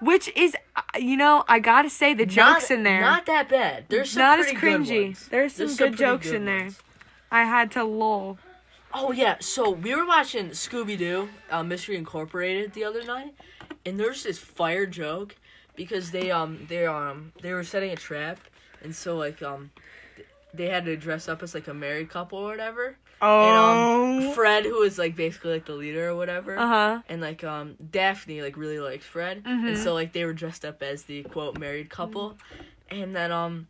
Speaker 1: Which is, uh, you know, I gotta say the jokes
Speaker 2: Not-
Speaker 1: in there.
Speaker 2: Not that bad. There's some
Speaker 1: Not as
Speaker 2: pretty good
Speaker 1: cringy.
Speaker 2: ones.
Speaker 1: There's some good
Speaker 2: pretty
Speaker 1: jokes in there.
Speaker 2: ones.
Speaker 1: I had to lol.
Speaker 2: Oh yeah, so we were watching Scooby Doo, uh, Mystery Incorporated the other night, and there's this fire joke because they um they um they were setting a trap, and so like um th- they had to dress up as like a married couple or whatever.
Speaker 1: Oh.
Speaker 2: And um Fred, who is like basically like the leader or whatever,
Speaker 1: Uh huh.
Speaker 2: and like um Daphne like really liked Fred,
Speaker 1: Mm-hmm.
Speaker 2: and so like they were dressed up as the quote married couple,
Speaker 1: Mm-hmm.
Speaker 2: and then um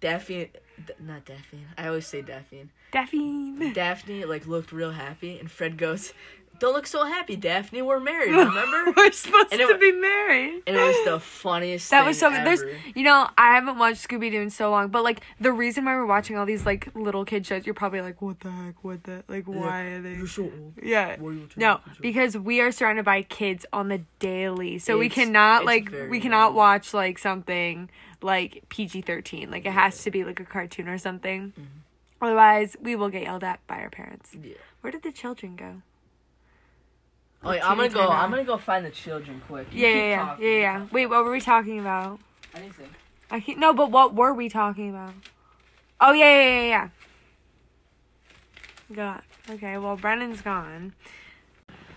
Speaker 2: Daphne, D-
Speaker 1: [LAUGHS]
Speaker 2: not Daphne, I always say Daphne.
Speaker 1: Daphne. [LAUGHS]
Speaker 2: Daphne like looked real happy, and Fred goes, Don't look so happy, Daphne. We're
Speaker 1: [LAUGHS]
Speaker 2: married, remember?
Speaker 1: We're supposed
Speaker 2: And it
Speaker 1: to
Speaker 2: wa-
Speaker 1: be married.
Speaker 2: and it was the funniest
Speaker 1: That
Speaker 2: thing
Speaker 1: was so.
Speaker 2: ever.
Speaker 1: There's, you know, I haven't watched Scooby Doo in so long, but like the reason why we're watching all these like little kid shows, you're probably like, what the heck, what the like, why are they?
Speaker 2: You're so old.
Speaker 1: Yeah.
Speaker 2: What are you
Speaker 1: No,
Speaker 2: doing?
Speaker 1: because we are surrounded by kids on the daily, so we
Speaker 2: It's-
Speaker 1: cannot
Speaker 2: it's
Speaker 1: like
Speaker 2: very
Speaker 1: we cannot
Speaker 2: low.
Speaker 1: watch like something like PG thirteen. Like it has to be like a cartoon or something. Otherwise, we will get yelled at by our parents.
Speaker 2: Mm-hmm. Yeah.
Speaker 1: Where did the children go?
Speaker 2: Oh, wait, I'm gonna
Speaker 1: Turn
Speaker 2: go.
Speaker 1: on.
Speaker 2: I'm gonna go find the children quick. You
Speaker 1: Yeah,
Speaker 2: keep
Speaker 1: yeah, yeah,
Speaker 2: talking.
Speaker 1: yeah, yeah. Wait, what were we talking about?
Speaker 2: Anything.
Speaker 1: I can't. No, but what were we talking about? Oh yeah, yeah, yeah, yeah, yeah. God. Okay. Well, Brennan's gone.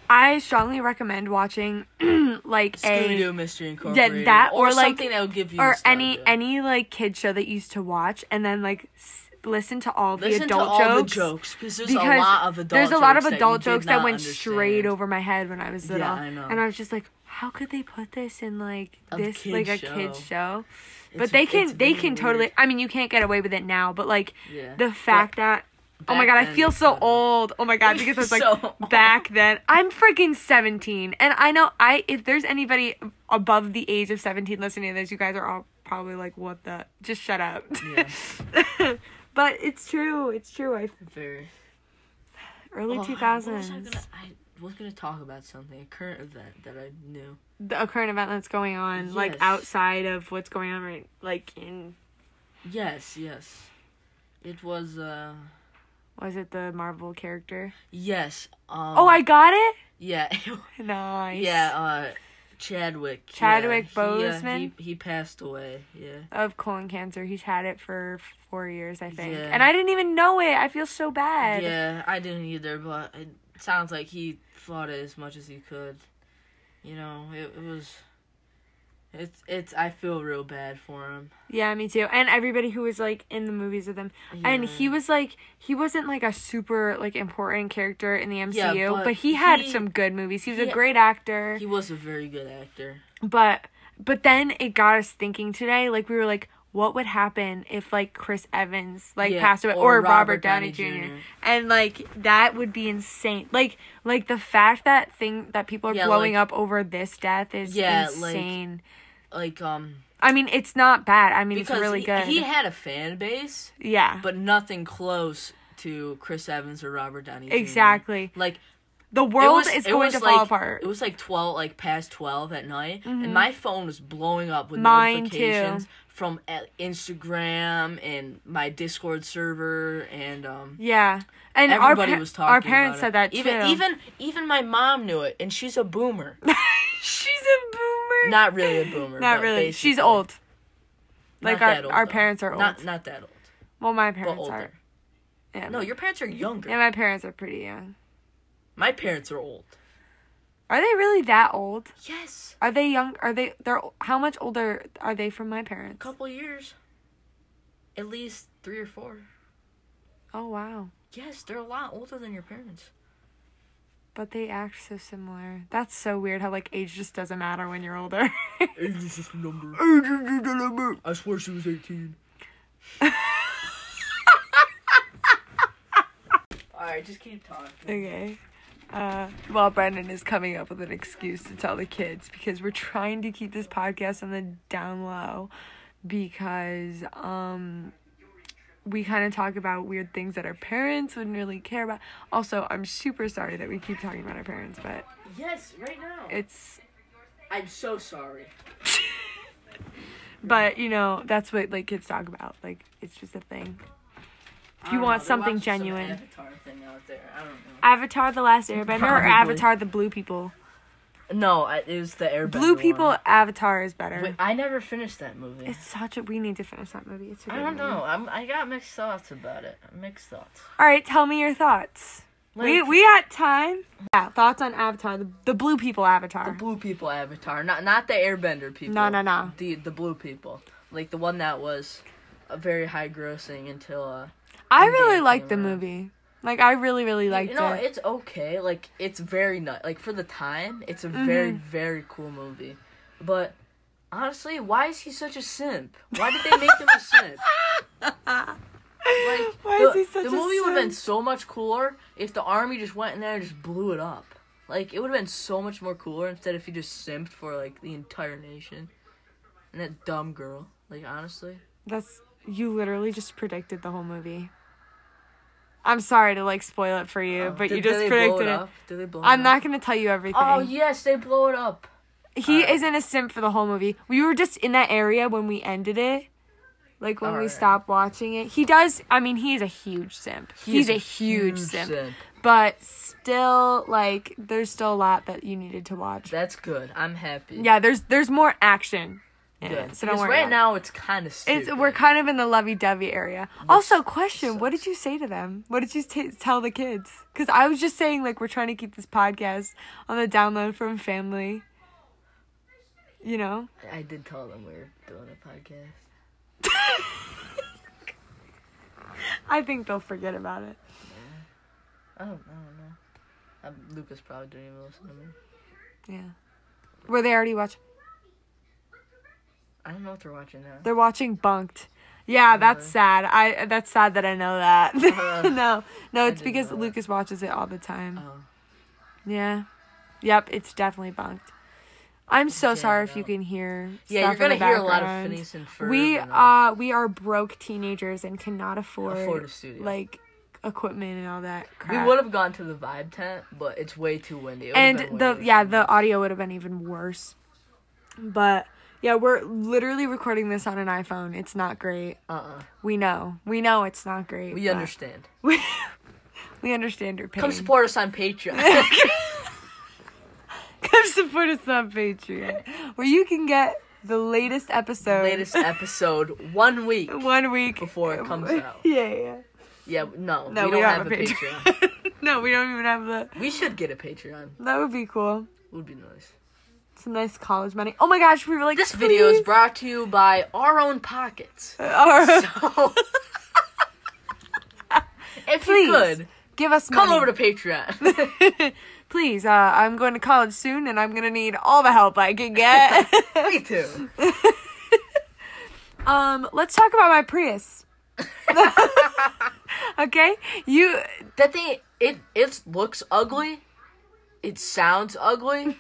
Speaker 1: I strongly recommend watching [CLEARS THROAT] like
Speaker 2: Scooby
Speaker 1: a
Speaker 2: Doo Mystery Incorporated.
Speaker 1: that
Speaker 2: or,
Speaker 1: or, like-
Speaker 2: something that will give you
Speaker 1: or
Speaker 2: nostalgia.
Speaker 1: any any like kid show that you used to watch and then like s- listen to all the
Speaker 2: Listen
Speaker 1: adult
Speaker 2: to all
Speaker 1: jokes
Speaker 2: the jokes because there's
Speaker 1: because
Speaker 2: a lot of adult.
Speaker 1: there's a lot of
Speaker 2: jokes that
Speaker 1: adult
Speaker 2: you did
Speaker 1: jokes that
Speaker 2: not
Speaker 1: went
Speaker 2: understand.
Speaker 1: straight over my head when I was
Speaker 2: Yeah,
Speaker 1: little
Speaker 2: I know.
Speaker 1: and I was just like how could they put this in like
Speaker 2: A
Speaker 1: this
Speaker 2: kid
Speaker 1: like a
Speaker 2: show.
Speaker 1: kid show
Speaker 2: It's-
Speaker 1: but they
Speaker 2: it's
Speaker 1: can they
Speaker 2: really
Speaker 1: can
Speaker 2: weird.
Speaker 1: totally I mean you can't get away with it now but like
Speaker 2: Yeah.
Speaker 1: the fact that Oh my
Speaker 2: back
Speaker 1: god, I
Speaker 2: then
Speaker 1: feel
Speaker 2: you
Speaker 1: so
Speaker 2: couldn't.
Speaker 1: old. Oh
Speaker 2: [LAUGHS]
Speaker 1: my god, because I was like
Speaker 2: So old.
Speaker 1: back then. I'm freaking 17 and I know I if there's anybody above the age of 17 listening to this, you guys are all probably like what the just shut up. [LAUGHS]
Speaker 2: Yeah.
Speaker 1: but it's true. It's true. I
Speaker 2: [LAUGHS] Very.
Speaker 1: early
Speaker 2: Oh, I-
Speaker 1: 2000s.
Speaker 2: What was I, gonna, I was gonna talk about something, a current event that I knew.
Speaker 1: the a current event that's going on like
Speaker 2: Yes.
Speaker 1: outside of what's going on right like in
Speaker 2: Yes, yes. It was. uh...
Speaker 1: was it the Marvel character?
Speaker 2: Yes. Um,
Speaker 1: oh, I got it.
Speaker 2: Yeah. [LAUGHS]
Speaker 1: Nice.
Speaker 2: yeah. Uh, Chadwick. yeah,
Speaker 1: Chadwick
Speaker 2: he, uh,
Speaker 1: Boseman?
Speaker 2: he, he passed away. Yeah.
Speaker 1: Of colon cancer. He's had it for four years, I think.
Speaker 2: Yeah.
Speaker 1: And I didn't even know it. I feel so bad.
Speaker 2: Yeah, I didn't either, but it sounds like he fought it as much as he could. You know, it, it was. It's it's. I feel real bad for him.
Speaker 1: Yeah, me too. And everybody who was like in the movies with him. And
Speaker 2: Yeah.
Speaker 1: he was like he wasn't like a super like important character in the
Speaker 2: Yeah,
Speaker 1: MCU, but,
Speaker 2: but
Speaker 1: he had
Speaker 2: he-
Speaker 1: some good movies. He was
Speaker 2: he-
Speaker 1: a great actor.
Speaker 2: He was a very good actor.
Speaker 1: but but then it got us thinking today like we were like what would happen if like chris evans like
Speaker 2: Yeah,
Speaker 1: passed away or,
Speaker 2: or
Speaker 1: robert,
Speaker 2: Robert
Speaker 1: downey,
Speaker 2: Downey
Speaker 1: jr.
Speaker 2: Jr..
Speaker 1: and like that would be insane like like the fact that thing that people are
Speaker 2: Yeah,
Speaker 1: blowing
Speaker 2: like-
Speaker 1: up over this death is
Speaker 2: Yeah, like-
Speaker 1: insane
Speaker 2: Like um,
Speaker 1: i mean it's not bad i mean it's
Speaker 2: because
Speaker 1: really
Speaker 2: he,
Speaker 1: good
Speaker 2: he had a fan base,
Speaker 1: yeah
Speaker 2: but nothing close to Chris Evans or Robert Downey. Jr..
Speaker 1: exactly
Speaker 2: Like
Speaker 1: the
Speaker 2: it
Speaker 1: world
Speaker 2: was-
Speaker 1: is
Speaker 2: it
Speaker 1: going
Speaker 2: was
Speaker 1: to
Speaker 2: like,
Speaker 1: fall apart Mm-hmm.
Speaker 2: It was like twelve, like past twelve at night, and my phone was blowing up with
Speaker 1: Mine too.
Speaker 2: notifications from uh, Instagram and my Discord server, and um,
Speaker 1: yeah and our,
Speaker 2: everybody
Speaker 1: par-
Speaker 2: was talking.
Speaker 1: our
Speaker 2: about
Speaker 1: parents
Speaker 2: it.
Speaker 1: said that
Speaker 2: Even
Speaker 1: too
Speaker 2: even even my mom knew it, and she's a boomer.
Speaker 1: [LAUGHS] she's a boomer
Speaker 2: Not really a boomer.
Speaker 1: Not
Speaker 2: but
Speaker 1: really. She's
Speaker 2: basically.
Speaker 1: old.
Speaker 2: Not
Speaker 1: Like our-
Speaker 2: that old,
Speaker 1: our
Speaker 2: though.
Speaker 1: parents are
Speaker 2: Not
Speaker 1: old.
Speaker 2: not that old,
Speaker 1: Well, my
Speaker 2: but
Speaker 1: parents are.
Speaker 2: older.
Speaker 1: Yeah.
Speaker 2: No, your parents are younger.
Speaker 1: yeah, my parents are pretty young.
Speaker 2: My parents are old.
Speaker 1: Are they really that old?
Speaker 2: Yes,
Speaker 1: Are they young? Are they? They're how much older are they from my
Speaker 2: a
Speaker 1: parents?
Speaker 2: couple years, at least three or four.
Speaker 1: Oh wow!
Speaker 2: Yes, they're a lot older than your parents.
Speaker 1: But they act so similar. That's so weird. How like age just doesn't matter when you're older. [LAUGHS]
Speaker 2: Age is just a number.
Speaker 1: oh
Speaker 2: I swear she was [LAUGHS] 18. Alright, just keep talking.
Speaker 1: Okay. Uh, well, Brendan is coming up with an excuse to tell the kids because we're trying to keep this podcast on the down low because um, we kind of talk about weird things that our parents wouldn't really care about. Also, I'm super sorry that we keep talking about our parents, but
Speaker 2: Yes, right now.
Speaker 1: it's.
Speaker 2: I'm so sorry.
Speaker 1: But you know, that's what like kids talk about. Like it's just a thing.
Speaker 2: I
Speaker 1: You
Speaker 2: don't
Speaker 1: want
Speaker 2: know, they're
Speaker 1: something
Speaker 2: watching some
Speaker 1: genuine.
Speaker 2: Avatar thing out there. I don't
Speaker 1: Avatar: The Last Airbender or
Speaker 2: Probably.
Speaker 1: Avatar: The Blue People.
Speaker 2: know. No, I, it was the Airbender.
Speaker 1: Blue People
Speaker 2: one.
Speaker 1: Avatar is better.
Speaker 2: Wait, I never finished that movie.
Speaker 1: It's such a. We need to finish that movie. It's a
Speaker 2: I
Speaker 1: good
Speaker 2: don't
Speaker 1: movie.
Speaker 2: know. I'm, I got mixed thoughts about it. Mixed thoughts.
Speaker 1: All right, tell me your thoughts. we
Speaker 2: Like-
Speaker 1: we got time. Yeah, thoughts on Avatar, the, the blue people
Speaker 2: The
Speaker 1: Avatar.
Speaker 2: blue people avatar, not not the Airbender people.
Speaker 1: No, no, no.
Speaker 2: The the blue people, like the one that was uh, very high grossing until uh.
Speaker 1: I
Speaker 2: Endgame
Speaker 1: really
Speaker 2: came
Speaker 1: liked the
Speaker 2: around.
Speaker 1: movie. Like I really really liked
Speaker 2: you know,
Speaker 1: it.
Speaker 2: it's okay. Like it's very nice. Like for the time, it's a very
Speaker 1: Mm-hmm.
Speaker 2: very cool movie. But honestly, why is he such a simp? Why did they make him a simp? Like
Speaker 1: Why
Speaker 2: the,
Speaker 1: is he such
Speaker 2: the
Speaker 1: a
Speaker 2: movie would have been
Speaker 1: simp?
Speaker 2: so much cooler if the army just went in there and just blew it up. Like it would have been so much more cooler instead if he just simped for like the entire nation, and that dumb girl. Like honestly,
Speaker 1: That's you literally just predicted the whole movie. I'm sorry to like spoil it for you,
Speaker 2: Oh,
Speaker 1: but
Speaker 2: did-
Speaker 1: you
Speaker 2: did
Speaker 1: just
Speaker 2: they blow
Speaker 1: predicted it.
Speaker 2: Up? Did they blow it
Speaker 1: I'm
Speaker 2: up?
Speaker 1: not gonna tell you everything.
Speaker 2: Oh yes, they blow it up.
Speaker 1: he
Speaker 2: alright.
Speaker 1: isn't a simp for the whole movie. We were just in that area when we ended it. Like when we
Speaker 2: Alright.
Speaker 1: stopped watching it. He does I mean he is a huge simp. He's,
Speaker 2: He's
Speaker 1: a huge, simp. But still like there's still a lot that you needed to watch.
Speaker 2: That's good. I'm happy.
Speaker 1: yeah, there's there's more action. In
Speaker 2: Good.
Speaker 1: it, so don't
Speaker 2: Because
Speaker 1: worry.
Speaker 2: right
Speaker 1: about it.
Speaker 2: now it's kind of stupid.
Speaker 1: It's we're kind of in the lovey-dovey area. also, question: What did you say to them? What did you t- tell the kids? Because I was just saying, like, we're trying to keep this podcast on the download from family. You know,
Speaker 2: I did tell them we were doing a podcast.
Speaker 1: I think they'll forget about it.
Speaker 2: I don't. I don't know. Um Lucas probably didn't even listen to me.
Speaker 1: Yeah, were they already watching?
Speaker 2: I don't know if they're watching now.
Speaker 1: They're watching Bunked. Yeah,
Speaker 2: Uh-huh.
Speaker 1: that's sad. I that's sad that I know that. [LAUGHS]
Speaker 2: Uh,
Speaker 1: no, no,
Speaker 2: I
Speaker 1: it's
Speaker 2: didn't
Speaker 1: because
Speaker 2: know that.
Speaker 1: Lucas watches it all the time.
Speaker 2: Oh,
Speaker 1: Yeah. Yep, it's definitely bunked. I'm so
Speaker 2: Yeah,
Speaker 1: sorry if
Speaker 2: no.
Speaker 1: you can hear.
Speaker 2: yeah,
Speaker 1: stuff
Speaker 2: you're gonna
Speaker 1: in the
Speaker 2: hear a lot of
Speaker 1: background.
Speaker 2: Phineas and Ferb.
Speaker 1: We
Speaker 2: and,
Speaker 1: uh we are broke teenagers and cannot afford,
Speaker 2: afford a studio.
Speaker 1: like equipment and all that
Speaker 2: we
Speaker 1: crap.
Speaker 2: would have gone to the vibe tent, but it's way too windy. It would've
Speaker 1: and
Speaker 2: been way
Speaker 1: the
Speaker 2: worse
Speaker 1: yeah
Speaker 2: than
Speaker 1: the
Speaker 2: this.
Speaker 1: audio would have been even worse. But yeah, we're literally recording this on an iPhone. It's not great.
Speaker 2: Uh-uh.
Speaker 1: We know. We know it's not great.
Speaker 2: We
Speaker 1: but
Speaker 2: understand.
Speaker 1: We, we understand your pain.
Speaker 2: Come support us on Patreon.
Speaker 1: [LAUGHS]
Speaker 2: [LAUGHS]
Speaker 1: Come support us on Patreon, where you can get the latest episode.
Speaker 2: Latest episode one week
Speaker 1: one week
Speaker 2: before
Speaker 1: [LAUGHS]
Speaker 2: it comes out.
Speaker 1: Yeah, yeah.
Speaker 2: Yeah, no,
Speaker 1: No,
Speaker 2: we, don't have, a Patreon.
Speaker 1: [LAUGHS] no, we don't even have the.
Speaker 2: we should get a Patreon.
Speaker 1: That would be cool.
Speaker 2: Would be nice.
Speaker 1: Some nice college money. Oh my gosh, we were like
Speaker 2: This video is
Speaker 1: please.
Speaker 2: brought to you by our
Speaker 1: [LAUGHS]
Speaker 2: own pockets.
Speaker 1: Our-
Speaker 2: So, [LAUGHS] if
Speaker 1: Please,
Speaker 2: you could
Speaker 1: give us
Speaker 2: come
Speaker 1: money.
Speaker 2: over to Patreon. [LAUGHS]
Speaker 1: [LAUGHS] please, uh, I'm going to college soon, and I'm gonna need all the help I can get.
Speaker 2: [LAUGHS] Me too.
Speaker 1: um, let's talk about my
Speaker 2: [LAUGHS]
Speaker 1: Prius. okay, you.
Speaker 2: That thing, it it looks ugly. It sounds
Speaker 1: [LAUGHS]
Speaker 2: ugly.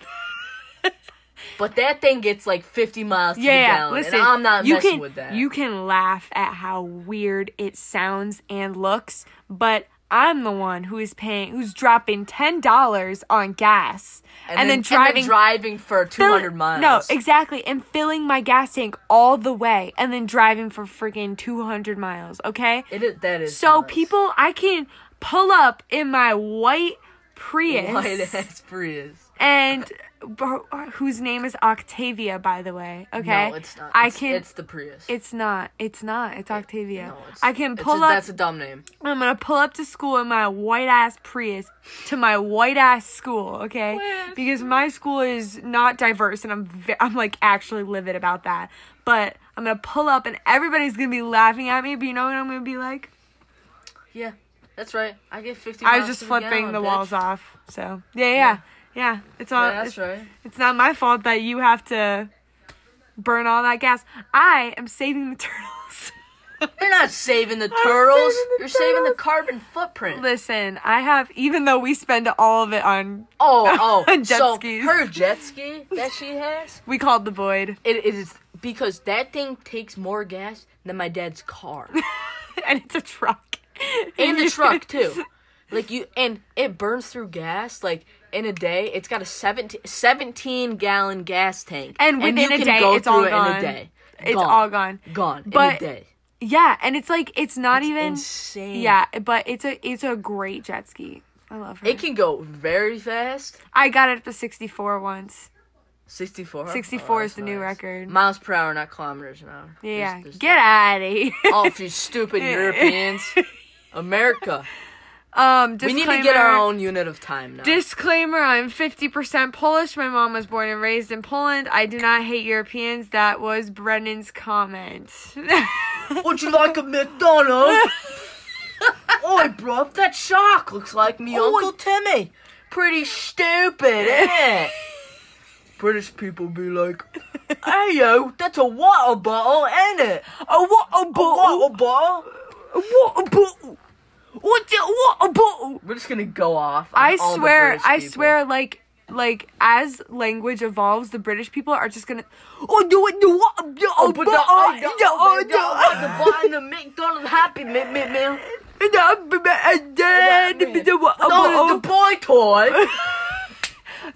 Speaker 2: But that thing gets like 50 miles to the
Speaker 1: Yeah,
Speaker 2: gallon,
Speaker 1: listen.
Speaker 2: and I'm not
Speaker 1: you
Speaker 2: messing
Speaker 1: can,
Speaker 2: with that.
Speaker 1: You can laugh at how weird it sounds and looks, but I'm the one who is paying, who's dropping ten dollars on gas and, then, driving.
Speaker 2: driving for 200 miles.
Speaker 1: No, exactly, and filling my gas tank all the way, and then driving for freaking two hundred miles. Okay,
Speaker 2: It is, that is
Speaker 1: so
Speaker 2: nuts.
Speaker 1: people, I can pull up in my white Prius,
Speaker 2: [LAUGHS] White ass Prius.
Speaker 1: and whose name is Octavia, by the way. Okay,
Speaker 2: No, it's not.
Speaker 1: I
Speaker 2: It's-
Speaker 1: can.
Speaker 2: It's the Prius.
Speaker 1: It's not. It's not. It's Octavia.
Speaker 2: No, it's-
Speaker 1: I can
Speaker 2: it's a-
Speaker 1: pull up.
Speaker 2: That's a dumb name.
Speaker 1: I'm gonna pull up to school in my white ass Prius to my white ass school. Okay,
Speaker 2: White-ass
Speaker 1: because my school is not diverse, and I'm ve- I'm like actually livid about that. But I'm gonna pull up, and everybody's gonna be laughing at me. But you know what I'm gonna be like?
Speaker 2: Yeah, that's right. I get fifty.
Speaker 1: I was
Speaker 2: miles
Speaker 1: just
Speaker 2: to
Speaker 1: flipping
Speaker 2: gallon,
Speaker 1: the
Speaker 2: bitch.
Speaker 1: walls off. So yeah, yeah, yeah.
Speaker 2: Yeah.
Speaker 1: It's all.
Speaker 2: Yeah, that's
Speaker 1: it's,
Speaker 2: right.
Speaker 1: it's not my fault that you have to burn all that gas. I am saving the [LAUGHS] turtles.
Speaker 2: You're not saving the turtles.
Speaker 1: saving the
Speaker 2: You're saving the
Speaker 1: turtles.
Speaker 2: carbon footprint.
Speaker 1: Listen, I have even though we spend all of it on [LAUGHS]
Speaker 2: oh, oh.
Speaker 1: Jet
Speaker 2: so
Speaker 1: skis.
Speaker 2: her jet ski that she has,
Speaker 1: we called the void [LAUGHS]
Speaker 2: it it is because that thing takes more gas than my dad's car
Speaker 1: and it's a truck. [LAUGHS]
Speaker 2: and the truck too. Like you, and it burns through gas like. In a day, it's got a 17, 17 gallon gas tank,
Speaker 1: And within a day, it's all gone.
Speaker 2: In a day,
Speaker 1: It's all gone.
Speaker 2: gone
Speaker 1: But-
Speaker 2: in a day.
Speaker 1: Yeah, and it's like it's not
Speaker 2: It's
Speaker 1: even
Speaker 2: insane.
Speaker 1: Yeah, but it's a it's a great jet ski. I love her.
Speaker 2: It can go very fast.
Speaker 1: I got it up to 64 once.
Speaker 2: 64.
Speaker 1: 64 is
Speaker 2: that's
Speaker 1: the new record.
Speaker 2: Miles per hour, not kilometers an hour.
Speaker 1: Yeah,
Speaker 2: There's- Oh. there's-
Speaker 1: get out of here.
Speaker 2: All of you [LAUGHS] stupid Europeans. America.
Speaker 1: [LAUGHS] um,
Speaker 2: We need
Speaker 1: disclaimer.
Speaker 2: to get our own unit of time now.
Speaker 1: Disclaimer, I'm 50% Polish. My mom was born and raised in Poland. I do not hate Europeans. That was Brennan's comment. [LAUGHS]
Speaker 2: Would you like a [LAUGHS] McDonald's? Oi, bruv, that shark looks like me Uncle Timmy. Pretty stupid, isn't it? British people be like, hey, yo, that's a water bottle, ain't it?
Speaker 1: oh, what a
Speaker 2: Water bottle?
Speaker 1: What a bottle! What? the- what a bo-
Speaker 2: We're just gonna go off. on
Speaker 1: I
Speaker 2: all the
Speaker 1: swear,
Speaker 2: British
Speaker 1: I
Speaker 2: people.
Speaker 1: swear, like, like as language evolves, the British people are just gonna. Oh, do it, do what? do-
Speaker 2: Oh,
Speaker 1: Oh,
Speaker 2: but
Speaker 1: but
Speaker 2: the,
Speaker 1: oh,
Speaker 2: I,
Speaker 1: do-
Speaker 2: the,
Speaker 1: oh,
Speaker 2: the,
Speaker 1: do-
Speaker 2: the, the, the, the McDonald's Happy Meal, meal, meal.
Speaker 1: [LAUGHS] And the- and then
Speaker 2: The-
Speaker 1: the- what- oh,
Speaker 2: No, the boy toy.
Speaker 1: oh,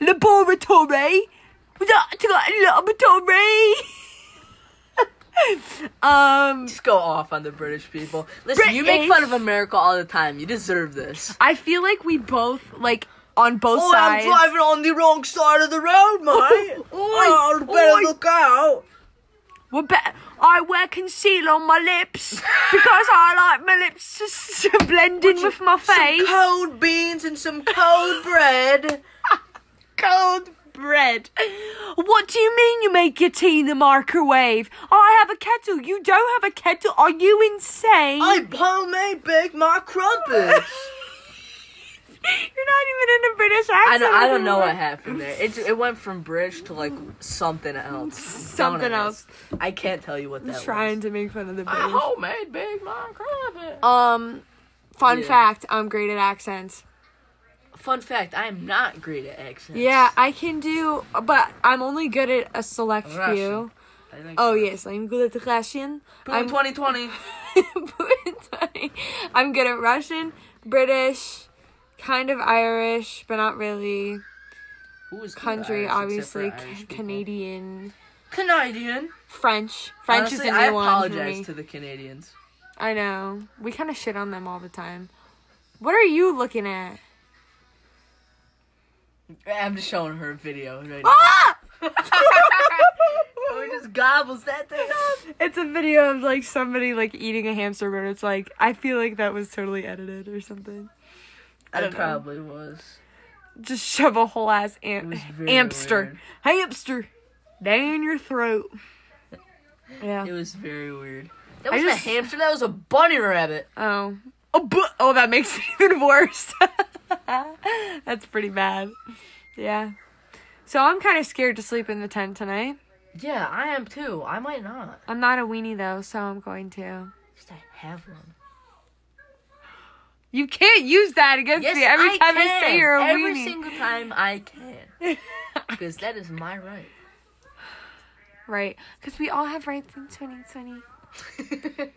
Speaker 1: Laboratory. The- to the Laboratory. [LAUGHS] um,
Speaker 2: Just go off on the British people. Listen, you make
Speaker 1: British.
Speaker 2: fun of America all the time. You deserve this.
Speaker 1: I feel like we both like on both
Speaker 2: Oh,
Speaker 1: sides.
Speaker 2: I'm driving on the wrong side of
Speaker 1: [LAUGHS]
Speaker 2: the road, mate.
Speaker 1: Oi,
Speaker 2: oh, better
Speaker 1: oi.
Speaker 2: look out.
Speaker 1: Well, bet I wear concealer on my lips
Speaker 2: [LAUGHS]
Speaker 1: because I like my lips to, s- to blend in with my face.
Speaker 2: Some cold beans and some
Speaker 1: [LAUGHS]
Speaker 2: cold bread.
Speaker 1: cold bread. What do you mean you make your tea in the microwave? I have a kettle. You don't have a kettle. Are you insane?
Speaker 2: I homemade bake my crumpets.
Speaker 1: [LAUGHS] You're not even in a British accent.
Speaker 2: I don't, I don't know
Speaker 1: anymore. [LAUGHS]
Speaker 2: what happened there. It, it went from British to like
Speaker 1: [LAUGHS]
Speaker 2: something else.
Speaker 1: Something else.
Speaker 2: I can't tell you what
Speaker 1: I'm
Speaker 2: that
Speaker 1: trying
Speaker 2: was.
Speaker 1: to make fun of the
Speaker 2: I
Speaker 1: British.
Speaker 2: [LAUGHS] homemade big my crumpet.
Speaker 1: Um, fun
Speaker 2: Yeah.
Speaker 1: fact: I'm great at accents.
Speaker 2: Uh, Fun fact, I am not great at accents.
Speaker 1: Yeah, I can do, but I'm only good at a select
Speaker 2: Russian.
Speaker 1: few.
Speaker 2: I think
Speaker 1: Oh
Speaker 2: so.
Speaker 1: yes, I'm good at Russian.
Speaker 2: Boom,
Speaker 1: I'm [LAUGHS]
Speaker 2: 2020.
Speaker 1: I'm good at Russian, British, kind of Irish, but not really.
Speaker 2: Who is good at
Speaker 1: Country,
Speaker 2: Irish except for
Speaker 1: obviously,
Speaker 2: Irish
Speaker 1: Ca-
Speaker 2: people?
Speaker 1: Canadian,
Speaker 2: Canadian.
Speaker 1: French. French is
Speaker 2: Honestly,
Speaker 1: the new
Speaker 2: I
Speaker 1: one for
Speaker 2: apologize
Speaker 1: me.
Speaker 2: to the Canadians.
Speaker 1: I know we kind of shit on them all the time. What are you looking at?
Speaker 2: I'm just showing her a video right now. [LAUGHS]
Speaker 1: [LAUGHS] Ah!
Speaker 2: Oh, it just gobbles that thing up.
Speaker 1: It's a video of like somebody like eating a hamster, but it's like I feel like that was totally edited or something. I don't
Speaker 2: It
Speaker 1: know.
Speaker 2: probably was.
Speaker 1: Just shove a whole ass am-
Speaker 2: was very
Speaker 1: hamster, hamster, down your
Speaker 2: [LAUGHS]
Speaker 1: throat. Yeah.
Speaker 2: It was very weird. That
Speaker 1: I
Speaker 2: was not
Speaker 1: just-
Speaker 2: a hamster. That was a bunny rabbit.
Speaker 1: Oh. Oh, bu- oh, that makes it [LAUGHS] even worse. That's pretty bad. Yeah. So I'm kind of scared to sleep in the tent tonight.
Speaker 2: Yeah, I am too. I might not.
Speaker 1: I'm not a weenie though, so I'm going to.
Speaker 2: Just I have one.
Speaker 1: You can't use that against me every time I say you're a
Speaker 2: Every
Speaker 1: weenie.
Speaker 2: single time I can.
Speaker 1: [LAUGHS]
Speaker 2: Because that is my right.
Speaker 1: right. Because we all have rights in 2020.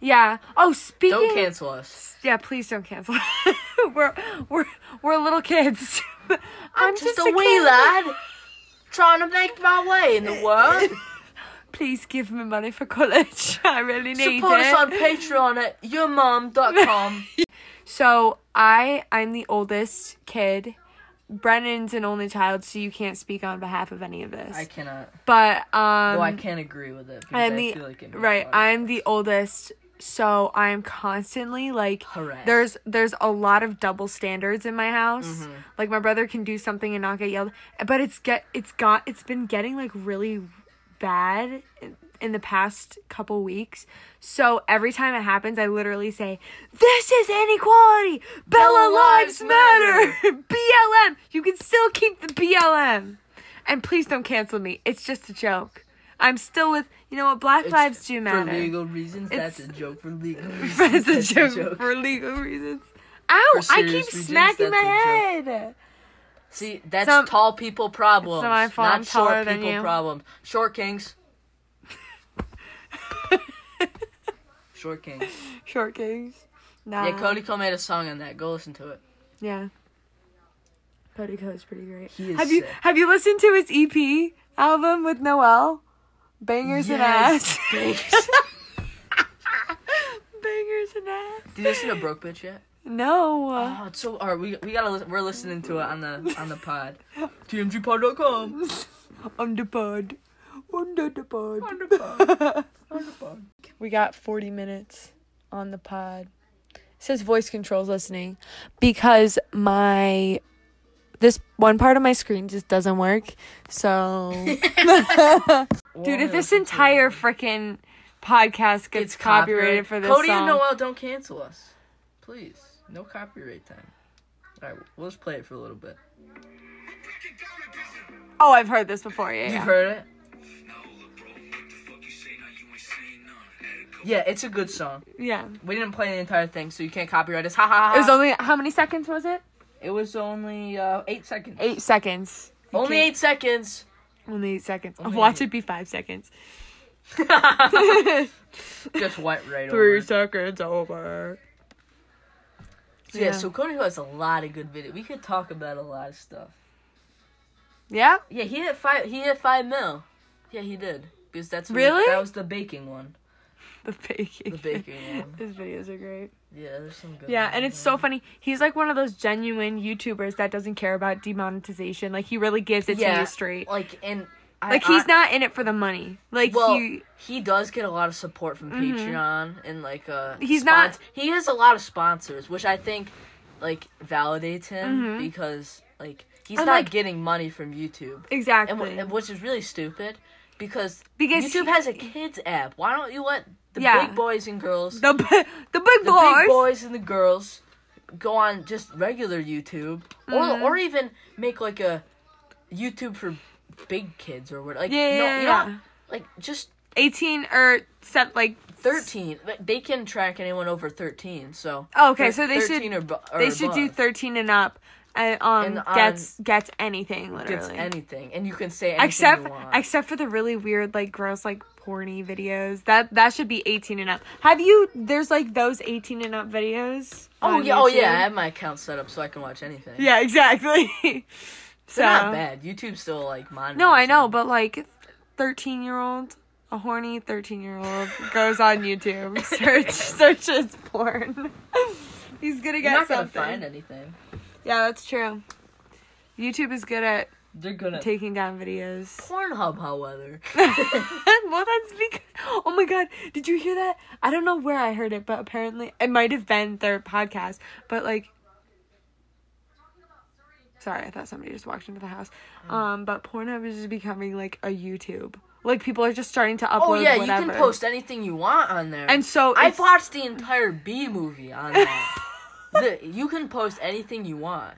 Speaker 1: Yeah. Oh, speaking.
Speaker 2: Don't cancel us.
Speaker 1: Yeah, please don't cancel. [LAUGHS] we're we're we're little kids. [LAUGHS] I'm,
Speaker 2: I'm just, a wee
Speaker 1: kid.
Speaker 2: lad trying to make my way in the
Speaker 1: [LAUGHS]
Speaker 2: world.
Speaker 1: Please give me money for college. [LAUGHS] I really need
Speaker 2: Support
Speaker 1: it.
Speaker 2: us on Patreon at
Speaker 1: [LAUGHS]
Speaker 2: yourmom.com.
Speaker 1: So I I'm the oldest kid. Brennan's an only child, so you can't speak on behalf of any of this.
Speaker 2: I cannot.
Speaker 1: but um
Speaker 2: Well, I can't agree with it. Because
Speaker 1: I'm
Speaker 2: I
Speaker 1: the
Speaker 2: feel like it makes
Speaker 1: right,
Speaker 2: a lot of
Speaker 1: I'm the oldest, so I'm constantly like
Speaker 2: Harassed.
Speaker 1: there's there's a lot of double standards in my house.
Speaker 2: Mm-hmm.
Speaker 1: Like my brother can do something and not get yelled, but it's get it's got it's been getting like really bad in- in the past couple weeks. So every time it happens, I literally say, "This is inequality. Bella,
Speaker 2: Bella
Speaker 1: lives,
Speaker 2: lives
Speaker 1: matter. [LAUGHS] BLM. You can still keep the BLM." And please don't cancel me. It's just a joke. I'm still with you know what Black
Speaker 2: It's-
Speaker 1: Lives do
Speaker 2: For
Speaker 1: matter. [LAUGHS]
Speaker 2: legal reasons, that's a
Speaker 1: It's-
Speaker 2: joke.
Speaker 1: [LAUGHS]
Speaker 2: For legal reasons,
Speaker 1: It's a
Speaker 2: that's
Speaker 1: joke, for legal reasons. Ow!
Speaker 2: For
Speaker 1: I keep
Speaker 2: serious reasons,
Speaker 1: smacking my
Speaker 2: that's a
Speaker 1: head.
Speaker 2: See, that's
Speaker 1: Some-
Speaker 2: tall people problems.
Speaker 1: It's my fault,
Speaker 2: Not
Speaker 1: I'm
Speaker 2: short
Speaker 1: taller than
Speaker 2: people
Speaker 1: you.
Speaker 2: problems. Short kings. short kings.
Speaker 1: [LAUGHS] Short kings. Nah.
Speaker 2: Yeah, Cody Cole made a song on that. Go listen to it.
Speaker 1: Yeah. Cody Co is pretty great.
Speaker 2: He is
Speaker 1: have you
Speaker 2: sick.
Speaker 1: have you listened to his EP album with Noel? Bangers and
Speaker 2: Yes.
Speaker 1: ass. [LAUGHS]
Speaker 2: Thanks.
Speaker 1: Bangers and ass.
Speaker 2: Did you listen to Broke Bitch yet?
Speaker 1: No.
Speaker 2: Oh, it's so. Alright, we we gotta listen. We're listening to it on the on
Speaker 1: [LAUGHS]
Speaker 2: the pod. TMGpod.com.
Speaker 1: On the pod. On the the pod.
Speaker 2: On the pod. On the pod.
Speaker 1: [LAUGHS] We got 40 minutes on the pod. It says voice controls listening because my this one part of my screen just doesn't work. [LAUGHS] So Dude, if this entire freaking podcast gets copyrighted
Speaker 2: copyright.
Speaker 1: for this
Speaker 2: Cody
Speaker 1: song,
Speaker 2: and Noel, don't cancel us, please. No copyright time. All right, we'll just play it for a little bit.
Speaker 1: Oh, I've heard this before. Yeah.
Speaker 2: You've
Speaker 1: yeah. [LAUGHS]
Speaker 2: heard it.
Speaker 3: Now, look, bro, what the fuck you say now? You
Speaker 2: Yeah, it's a good song.
Speaker 1: Yeah. Uh,
Speaker 2: We didn't play the entire thing, so you can't copyright us. Ha ha ha.
Speaker 1: It was only how many seconds was it?
Speaker 2: It was only uh, eight seconds.
Speaker 1: Eight seconds. You
Speaker 2: Only
Speaker 1: can't-
Speaker 2: eight [LAUGHS] seconds.
Speaker 1: Only eight seconds.
Speaker 2: Only
Speaker 1: Watch
Speaker 2: eight.
Speaker 1: it be five [LAUGHS] seconds.
Speaker 2: Just went right over.
Speaker 1: Three
Speaker 2: it. So,
Speaker 1: seconds over.
Speaker 2: yeah,
Speaker 1: yeah.
Speaker 2: so Cody Ho has a lot of good videos. We could talk about a lot of stuff.
Speaker 1: Yeah.
Speaker 2: Yeah, he hit five. He hit five mil. Yeah, he did because that's when-
Speaker 1: Really?
Speaker 2: that was the baking one.
Speaker 1: The baking.
Speaker 2: The baking one.
Speaker 1: [LAUGHS] His videos are great.
Speaker 2: Yeah, there's some good.
Speaker 1: Yeah,
Speaker 2: ones
Speaker 1: and it's
Speaker 2: in
Speaker 1: so funny. He's like one of those genuine YouTubers that doesn't care about demonetization. Like he really gives it to
Speaker 2: Yeah.
Speaker 1: you straight.
Speaker 2: there. like and I-
Speaker 1: Like
Speaker 2: I-
Speaker 1: he's not in it for the money. Like
Speaker 2: Well,
Speaker 1: he Mm-hmm.
Speaker 2: he does get a lot of support from Patreon and like uh
Speaker 1: He's not-
Speaker 2: he has a lot of sponsors, which I think like validates him
Speaker 1: Mhm.
Speaker 2: because like he's
Speaker 1: And,
Speaker 2: not
Speaker 1: like-
Speaker 2: getting money from YouTube, and,
Speaker 1: exactly
Speaker 2: wh- and which is really stupid because
Speaker 1: because
Speaker 2: YouTube
Speaker 1: he-
Speaker 2: has a kids app. Why don't you let the
Speaker 1: Yeah.
Speaker 2: big boys and girls,
Speaker 1: the b- the big
Speaker 2: the
Speaker 1: boys.
Speaker 2: big boys and the girls, go on just regular YouTube
Speaker 1: Mhm.
Speaker 2: or or even make like a YouTube for big kids or what? Like
Speaker 1: yeah,
Speaker 2: you
Speaker 1: yeah,
Speaker 2: know-
Speaker 1: yeah,
Speaker 2: you
Speaker 1: yeah.
Speaker 2: know, like just
Speaker 1: eighteen or set like
Speaker 2: 13 but they can track anyone over 13 so
Speaker 1: Oh, okay.
Speaker 2: thir-
Speaker 1: So they should
Speaker 2: 13 or, bu- or
Speaker 1: they should do
Speaker 2: above
Speaker 1: thirteen and up, and um
Speaker 2: And on-
Speaker 1: gets gets anything literally.
Speaker 2: gets anything and you can say anything
Speaker 1: except
Speaker 2: you want.
Speaker 1: except for the really weird like gross like porny videos that that should be 18 and up have you there's like those 18 and up videos
Speaker 2: oh
Speaker 1: on
Speaker 2: yeah oh yeah i
Speaker 1: YouTube?
Speaker 2: have my account set up so i can watch anything
Speaker 1: yeah exactly [LAUGHS] so
Speaker 2: They're not bad youtube's still like mine
Speaker 1: no i know but like 13 year old a horny 13 year old goes on youtube [LAUGHS] search searches porn [LAUGHS] he's gonna
Speaker 2: you're
Speaker 1: get
Speaker 2: not gonna
Speaker 1: something
Speaker 2: find anything
Speaker 1: yeah that's true youtube is good at
Speaker 2: they're gonna take
Speaker 1: taking down videos
Speaker 2: pornhub
Speaker 1: [LAUGHS]
Speaker 2: however [LAUGHS]
Speaker 1: well, that's because. Oh my god, did you hear that? I don't know where I heard it, but apparently it might have been their podcast. But like, sorry, I thought somebody just walked into the house.
Speaker 2: Mm.
Speaker 1: Um, but Pornhub is just becoming like a YouTube. Like people are just starting to upload.
Speaker 2: oh yeah
Speaker 1: whatever.
Speaker 2: you can post anything you want on there
Speaker 1: And so
Speaker 2: i've
Speaker 1: it's-
Speaker 2: watched the entire b movie on there
Speaker 1: [LAUGHS]
Speaker 2: The- you can post anything you want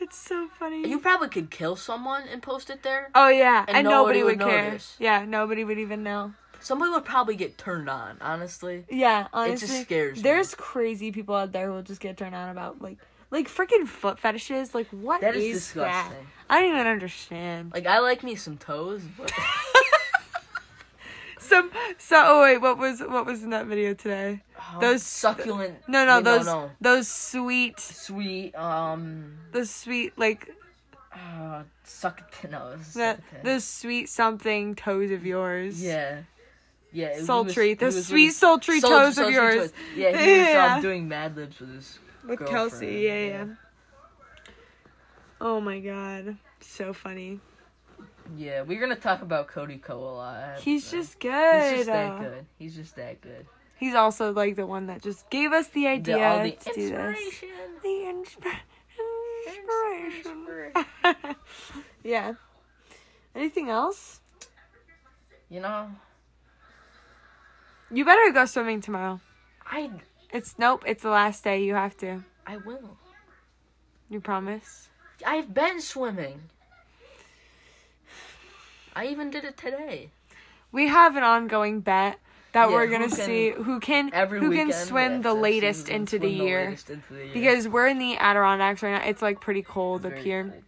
Speaker 1: It's so funny.
Speaker 2: you probably could kill someone and post it there
Speaker 1: oh yeah, and,
Speaker 2: And
Speaker 1: nobody,
Speaker 2: nobody
Speaker 1: would,
Speaker 2: would
Speaker 1: care.
Speaker 2: notice.
Speaker 1: Yeah, nobody would even know.
Speaker 2: somebody would probably get turned on honestly
Speaker 1: Yeah, honestly,
Speaker 2: just scares me.
Speaker 1: There's crazy people out there who will just get turned on about like, like freaking foot fetishes. Like, what
Speaker 2: That is
Speaker 1: that?
Speaker 2: disgusting.
Speaker 1: I don't even understand.
Speaker 2: Like I like me some toes, but
Speaker 1: Some [LAUGHS] so oh wait, what was what was in that video today? [LAUGHS] Those-
Speaker 2: oh, succulent.
Speaker 1: No, no,
Speaker 2: wait,
Speaker 1: those those sweet,
Speaker 2: sweet um
Speaker 1: those sweet like
Speaker 2: uh, suck. No, it was
Speaker 1: the,
Speaker 2: succulent.
Speaker 1: those sweet something toes of yours.
Speaker 2: yeah, yeah. it- he
Speaker 1: sultry,
Speaker 2: was- he
Speaker 1: those
Speaker 2: was
Speaker 1: sweet
Speaker 2: with his-
Speaker 1: sultry
Speaker 2: sul-
Speaker 1: toes of
Speaker 2: sultry
Speaker 1: yours
Speaker 2: toes. Yeah, he was
Speaker 1: Yeah.
Speaker 2: um, doing Mad Libs with his.
Speaker 1: with
Speaker 2: Girlfriend,
Speaker 1: Kelsey. Yeah, yeah,
Speaker 2: yeah.
Speaker 1: Oh my god, so funny.
Speaker 2: Yeah, we're gonna talk about Cody Co a lot. I have
Speaker 1: He's
Speaker 2: to-
Speaker 1: just good.
Speaker 2: He's just
Speaker 1: Uh,
Speaker 2: that good. He's just that good.
Speaker 1: He's also like the one that just gave us the
Speaker 2: The-
Speaker 1: idea
Speaker 2: all the
Speaker 1: to do this.
Speaker 2: inspiration.
Speaker 1: The insp- inspiration. [LAUGHS] yeah. Anything else?
Speaker 2: You know,
Speaker 1: You better go swimming tomorrow.
Speaker 2: I
Speaker 1: It's nope. It's the last day. You have to.
Speaker 2: I will.
Speaker 1: You promise?
Speaker 2: I've been swimming. I even did it today.
Speaker 1: We have an ongoing bet that
Speaker 2: Yeah,
Speaker 1: we're
Speaker 2: who
Speaker 1: gonna
Speaker 2: can-
Speaker 1: see who can
Speaker 2: Every
Speaker 1: who
Speaker 2: weekend.
Speaker 1: can swim
Speaker 2: that's-
Speaker 1: the
Speaker 2: that's
Speaker 1: latest
Speaker 2: season,
Speaker 1: into the
Speaker 2: swim
Speaker 1: year.
Speaker 2: latest into the year.
Speaker 1: Because we're in the Adirondacks right now. It's like pretty cold
Speaker 2: Very
Speaker 1: up here.
Speaker 2: cold.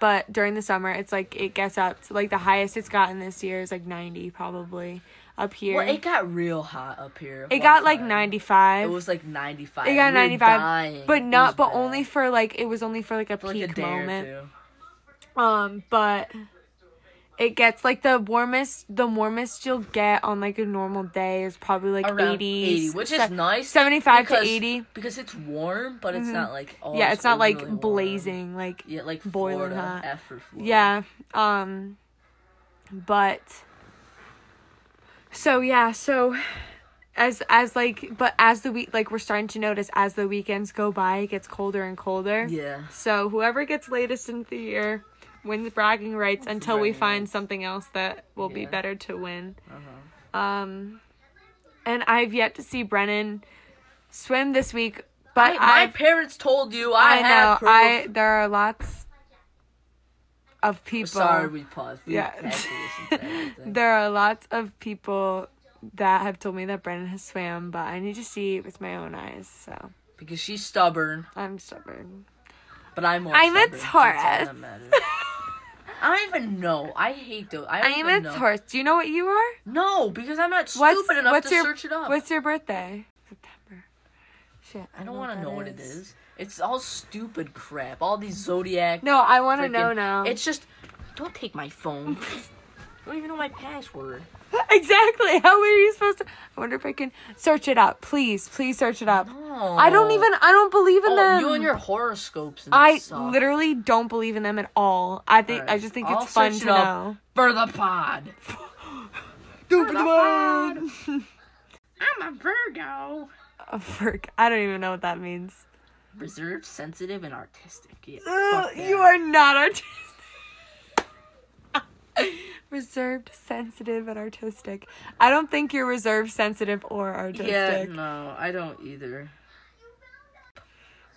Speaker 1: but during the summer it's like it gets up to like the highest it's gotten this year is like 90 probably up here
Speaker 2: Well, it
Speaker 1: it,
Speaker 2: got real hot up here. one
Speaker 1: got like
Speaker 2: time. It
Speaker 1: 95
Speaker 2: was like 95.
Speaker 1: it got
Speaker 2: We were
Speaker 1: 95
Speaker 2: dying. It
Speaker 1: but
Speaker 2: was
Speaker 1: not but
Speaker 2: bad.
Speaker 1: only for like it was only for like a
Speaker 2: For, like
Speaker 1: peak
Speaker 2: a day
Speaker 1: moment
Speaker 2: or two.
Speaker 1: um but it gets like the warmest the warmest you'll get on like a normal day is probably like
Speaker 2: Around
Speaker 1: 80
Speaker 2: 80, which is
Speaker 1: se-
Speaker 2: nice.
Speaker 1: 75
Speaker 2: because-
Speaker 1: to 80
Speaker 2: Because it's warm, but it's not like all
Speaker 1: yeah it's not like
Speaker 2: overly warm.
Speaker 1: blazing like
Speaker 2: Yeah, like
Speaker 1: boiling
Speaker 2: Florida,
Speaker 1: hot.
Speaker 2: after Florida.
Speaker 1: Yeah. Um but so yeah, so as as like but as the week like we're starting to notice as the weekends go by, it gets colder and colder.
Speaker 2: Yeah.
Speaker 1: So whoever gets latest in the year wins bragging rights until we
Speaker 2: bragging
Speaker 1: find
Speaker 2: rights.
Speaker 1: something else that will be
Speaker 2: Yeah.
Speaker 1: better to win.
Speaker 2: Uh-huh.
Speaker 1: Um and I've yet to see Brennan swim this week,
Speaker 2: I,
Speaker 1: but
Speaker 2: my
Speaker 1: I
Speaker 2: parents told you I,
Speaker 1: I, know
Speaker 2: have proof.
Speaker 1: I there are lots of people
Speaker 2: Sorry, we paused. We
Speaker 1: Yeah.
Speaker 2: had to listen to everything.
Speaker 1: There are lots of people that have told me that Brandon has swam, but I need to see it with my own eyes. So
Speaker 2: because she's stubborn,
Speaker 1: I'm stubborn.
Speaker 2: but I'm more.
Speaker 1: I'm a
Speaker 2: stubborn. That's all that
Speaker 1: Taurus.
Speaker 2: matters. I don't even know. I hate those. I
Speaker 1: I
Speaker 2: don't even
Speaker 1: am a
Speaker 2: know.
Speaker 1: Taurus. Do you know what you are?
Speaker 2: No, because I'm not stupid
Speaker 1: What's-
Speaker 2: enough
Speaker 1: what's
Speaker 2: to
Speaker 1: your-
Speaker 2: search it up.
Speaker 1: What's your birthday? September. Shit.
Speaker 2: I don't want
Speaker 1: that
Speaker 2: to know what it is. It's all stupid crap. All these zodiac.
Speaker 1: No, I want to
Speaker 2: freaking-
Speaker 1: know now.
Speaker 2: It's just don't take my phone. don't even know my password.
Speaker 1: [LAUGHS] exactly. How are you supposed to? I wonder if I can search it up. Please, please search it up.
Speaker 2: No.
Speaker 1: I don't even. I don't believe in
Speaker 2: Oh,
Speaker 1: them.
Speaker 2: you and your horoscopes. And
Speaker 1: I
Speaker 2: stuff.
Speaker 1: literally don't believe in them at all. I think I
Speaker 2: Alright,
Speaker 1: just think
Speaker 2: I'll
Speaker 1: it's fun
Speaker 2: search
Speaker 1: to
Speaker 2: it up.
Speaker 1: know.
Speaker 2: for the pod.
Speaker 1: Stupid
Speaker 2: pod. I'm a Virgo.
Speaker 1: A Virg- I don't even know what that means.
Speaker 2: Reserved, sensitive, and artistic. Yeah,
Speaker 1: Ugh,
Speaker 2: fuck that.
Speaker 1: you are not artistic. [LAUGHS] reserved, sensitive, and artistic. I don't think you're reserved, sensitive, or artistic.
Speaker 2: Yeah, no, I don't either.